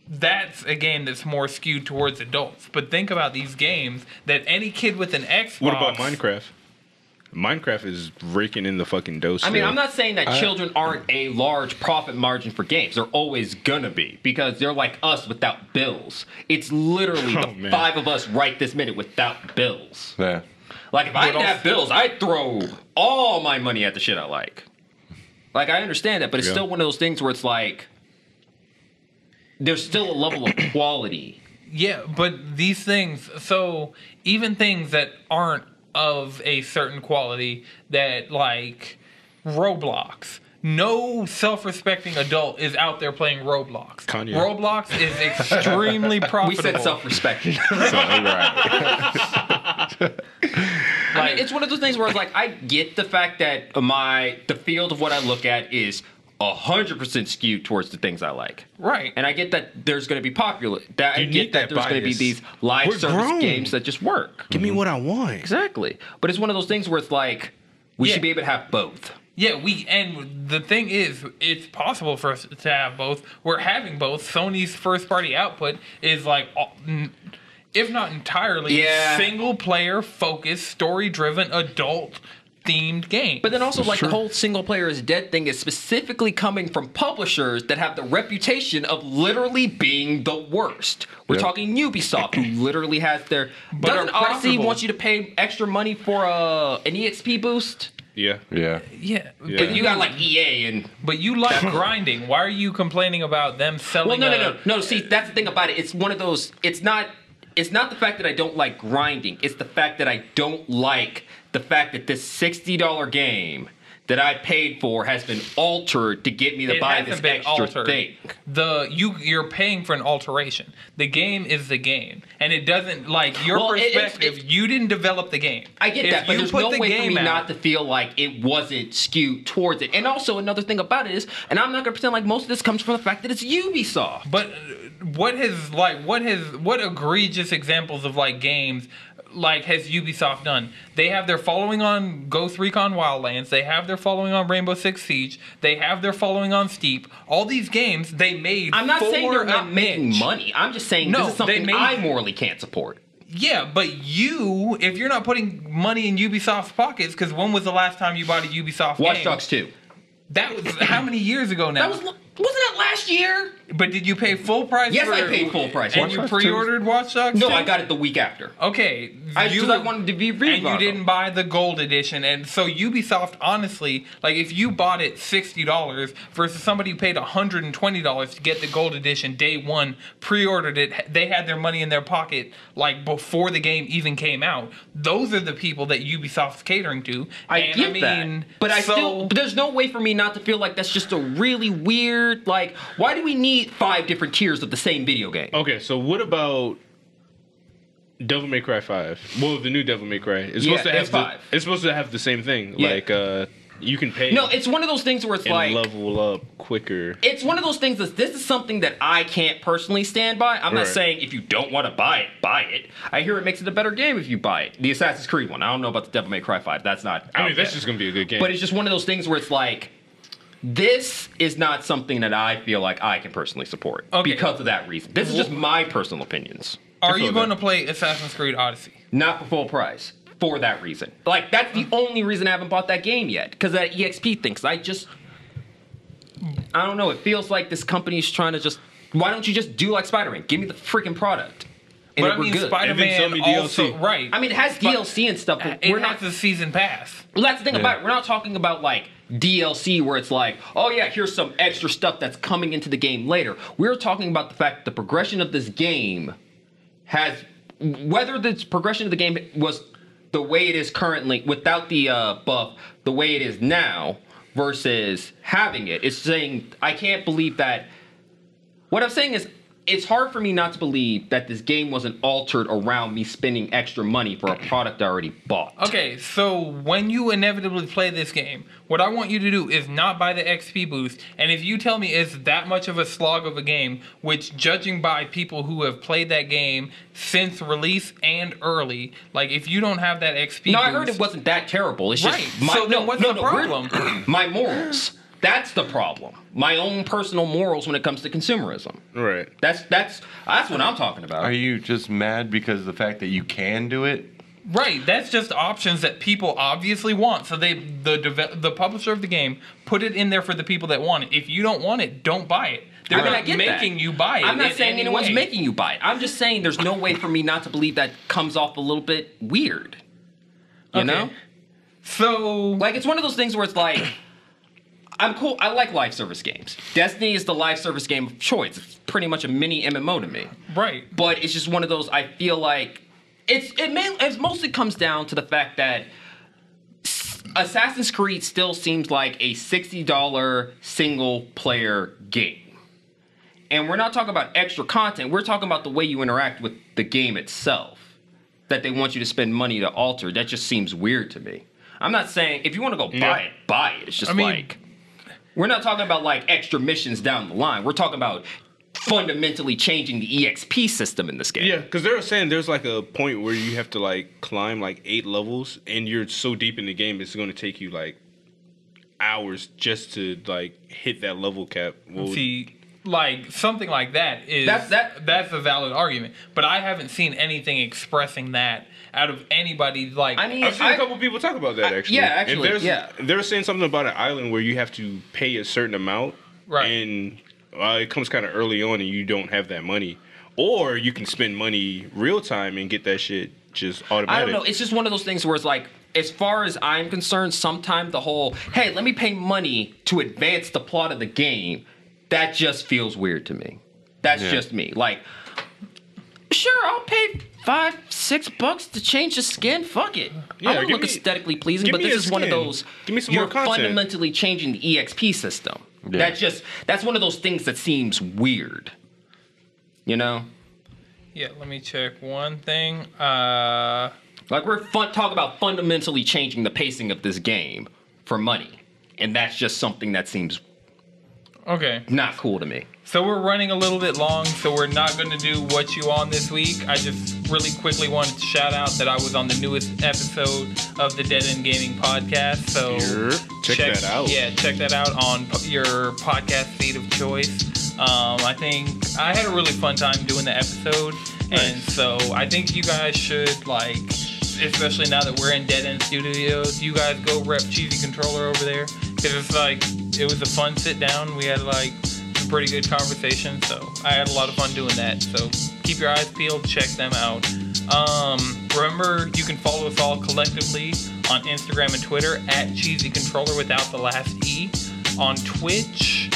A: that's a game that's more skewed towards adults. But think about these games that any kid with an Xbox.
D: What about Minecraft? Minecraft is raking in the fucking dough.
B: I mean,
D: still.
B: I'm not saying that children aren't a large profit margin for games. They're always gonna be because they're like us without bills. It's literally
D: Oh,
B: the
D: man.
B: five of us right this minute without bills.
F: Yeah.
B: Like if I didn't have bills, I'd throw all my money at the shit I like. Like I understand that, but it's
D: Yeah.
B: still one of those things where it's like there's still a level of quality.
A: Yeah, but these things, so even things that aren't of a certain quality that like Roblox, no self-respecting adult is out there playing Roblox.
D: Kanye.
A: Roblox is extremely profitable.
B: We said self-respect. I mean, it's one of those things where it's like I get the fact that my the field of what I look at is hundred percent skewed towards the things I like.
A: Right.
B: And I get that there's going to be popular. That I
D: You
B: get
D: need
B: that,
D: that
B: there's going to be
D: bias.
B: these live
D: We're
B: service
D: grown.
B: games that just work.
D: Give me what I want.
B: Exactly. But it's one of those things where it's like we
A: Yeah.
B: should be able to have both.
A: Yeah, we and the thing is, it's possible for us to have both. We're having both. Sony's first party output is like, all- n- if not entirely,
B: Yeah.
A: single player focused, story driven, adult themed game.
B: But then also, like the whole single player is dead thing is specifically coming from publishers that have the reputation of literally being the worst. We're
F: Yep.
B: talking Ubisoft, who literally has their.
A: But
B: doesn't
A: are
B: Odyssey
A: profitable.
B: want you to pay extra money for uh, an EXP boost?
D: Yeah.
F: Yeah.
A: yeah,
D: Yeah.
A: but
B: You
A: you
B: got like EA and.
A: but you like grinding. Why are you complaining about them
B: Well,
A: selling?
B: no, no,
A: a-
B: no, no. See,
A: uh,
B: that's the thing about it. It's one of those. It's not. It's not the fact that I don't like grinding. It's the fact that I don't like the fact that this sixty dollar game that I paid for has been altered to get me to
A: It
B: buy
A: hasn't
B: this
A: been
B: extra
A: altered.
B: thing.
A: The you you're paying for an alteration. The game is the game, and it doesn't like your
B: Well, it- it's-
A: perspective.
B: it's-
A: you didn't develop the game.
B: I get
A: If
B: that, but
A: you
B: there's
A: put
B: no
A: the
B: way for
A: game
B: me
A: out-
B: not to feel like it wasn't skewed towards it. And also another thing about it is, and I'm not gonna pretend like most of this comes from the fact that it's Ubisoft.
A: But uh, what has like what has what egregious examples of like games like has Ubisoft done? They have their following on Ghost Recon Wildlands. They have their following on Rainbow Six Siege. They have their following on Steep. All these games they made.
B: I'm not saying
A: for
B: they're
A: a
B: not making
A: niche.
B: money. I'm just saying
A: No,
B: this is
A: they
B: something
A: made-
B: I morally can't support.
A: Yeah, but you, if you're not putting money in Ubisoft's pockets, because when was the last time you bought a Ubisoft
B: Watch
A: game?
B: Dogs 2.
A: That was how many years ago now?
B: That was wasn't that last year?
A: but did you pay full price?
B: Yes,
A: for,
B: I paid full price.
A: And
B: Watch
A: you
B: Dogs
A: pre-ordered Watch Dogs?
B: No,
A: 2?
B: I got it the week after.
A: Okay,
B: I because I wanted to be
A: and
B: reviewed.
A: you didn't buy the gold edition, and so Ubisoft, honestly, like if you bought it sixty dollars versus somebody who paid hundred and twenty dollars to get the gold edition day one, pre-ordered it, they had their money in their pocket like before the game even came out. Those are the people that Ubisoft's catering to.
B: I
A: and
B: get that, but I
A: so-
B: still but there's no way for me not to feel like that's just a really weird. Like, why do we need five different tiers of the same video game?
D: Okay, so what about Devil May Cry Five? Well, the new Devil May Cry. It's
B: Yeah,
D: supposed to
B: there's
D: have
B: five.
D: The, it's supposed to have the same thing.
B: Yeah.
D: Like uh, you can pay
B: No, it's one of those things where it's
D: and
B: like
D: level up quicker.
B: it's one of those things that this is something that I can't personally stand by. I'm not
D: Right.
B: saying if you don't want to buy it, buy it. I hear it makes it a better game if you buy it. The Assassin's Creed one. I don't know about the Devil May Cry 5. That's not
D: I
B: out
D: mean, that's
B: yet.
D: just gonna be a good game.
B: But it's just one of those things where it's like, this is not something that I feel like I can personally support
A: Okay.
B: because of that reason. This is just my personal opinions.
A: Are you going to play Assassin's Creed Odyssey?
B: Not for full price for that reason. Like, that's the only reason I haven't bought that game yet because that EXP thing. 'Cause I just, I don't know. It feels like this company's trying to just, why don't you just do like Spider Man? Give me the freaking product.
A: But
B: And then
A: I mean,
B: we're good.
D: sell
A: Spider-Man
D: me
A: also
D: DLC.
A: right.
B: I mean, it has
A: But-
B: DLC and stuff, but
A: It
B: we're
A: has
B: not
A: the season pass.
B: Well, that's the thing about it. We're not talking about like DLC where it's like, oh yeah, here's some extra stuff that's coming into the game later. We're talking about the fact that the progression of this game has whether the progression of the game was the way it is currently without the uh, buff, the way it is now versus having it. It's saying I can't believe that. What I'm saying is. It's hard for me not to believe that this game wasn't altered around me spending extra money for a product I already bought.
A: Okay, so when you inevitably play this game, what I want you to do is not buy the XP boost. And if you tell me it's that much of a slog of a game, which judging by people who have played that game since release and early, like if you don't have that XP
B: No,
A: boost,
B: I heard it wasn't that terrible. It's
A: Right.
B: just my
A: So
B: no,
A: then what's
B: no,
A: the
B: no, we're-
A: problem?
B: my morals. That's the problem. My own personal morals when it comes to consumerism.
D: right.
B: That's that's that's what I'm talking about.
F: Are you just mad because of the fact that you can do it?
A: Right, that's just options that people obviously want. So they the deve- the publisher of the game put it in there for the people that want it. If you don't want it, don't buy it. They're
B: I mean, I
A: not
B: get that.
A: making you buy it.
B: I'm not
A: in
B: saying
A: any
B: anyone's
A: way.
B: making you buy it. I'm just saying there's no way for me not to believe that comes off a little bit weird. You
A: Okay.
B: know?
A: So
B: Like it's one of those things where it's like, I'm cool. I like live service games. Destiny is the live service game of choice. It's pretty much a mini MMO to me.
A: right.
B: but it's just one of those I feel like it's it may it mostly comes down to the fact that s- Assassin's Creed still seems like a $60 single player game. And we're not talking about extra content, we're talking about the way you interact with the game itself. That they want you to spend money to alter. That just seems weird to me. I'm not saying if you want to go buy it, buy it. It's just
A: I mean-
B: like we're not talking about like extra missions down the line. We're talking about fundamentally changing the EXP system in this game.
D: Yeah, because they were saying there's like a point where you have to like climb like eight levels, and you're so deep in the game, it's going to take you like hours just to like hit that level cap. Well,
A: See, like something like that is
B: That's- that-
A: that's a valid argument, but I haven't seen anything expressing that out of anybody. Like
B: I mean,
D: I've seen a
B: I-
D: couple people talk about that
B: I-
D: actually.
B: yeah, actually,
D: And there's,
B: yeah.
D: They're saying something about an island where you have to pay a certain amount,
A: Right.
D: And uh, it comes kind of early on, and you don't have that money, or you can spend money real time and get that shit just automatic.
B: I don't know. It's just one of those things where it's like, as far as I'm concerned, sometimes the whole, hey, let me pay money to advance the plot of the game, that just feels weird to me. That's just me. Like, sure, I'll pay five, six bucks to change the skin. Fuck it.
D: Yeah,
B: I want to
D: give
B: look
D: me-
B: aesthetically pleasing,
D: give
B: but
D: me
B: this
D: a
B: is one of
D: skin.
B: those.
D: Give me some
B: you're
D: more content.
B: fundamentally changing the EXP system.
F: Yeah.
B: That just that's one of those things that seems weird. You know.
A: yeah, let me check one thing. Uh,
B: Like we're fun, talking about fundamentally changing the pacing of this game for money, and that's just something that seems
A: okay.
B: not cool to me.
A: So we're running a little bit long, so we're not going to do what you on this week. I just really quickly wanted to shout out that I was on the newest episode of the Dead End Gaming podcast. So
D: Check that out.
A: Yeah, check that out on p- your podcast feed of choice. Um, I think I had a really fun time doing the episode, and so I think you guys should like, especially now that we're in Dead End Studios, you guys go rep Cheesy Controller over there because it's like it was a fun sit down. We had like some pretty good conversation, so I had a lot of fun doing that. So keep your eyes peeled, check them out. Um, remember, you can follow us all collectively on Instagram and Twitter at Cheesy Controller without the last E. On Twitch,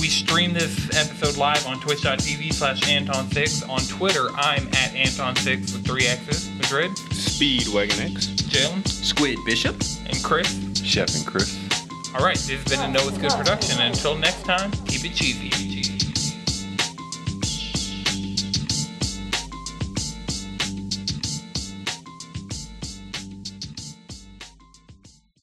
A: we stream this episode live on twitch.tv slash Anton6. On Twitter, I'm at Anton6 with three X's. Madrid,
D: Speedwagon X.
A: Jalen,
B: Squid Bishop.
A: and Chris.
F: Chef and Chris.
A: All right, this has been a No It's Good production. And until next time, keep it cheesy.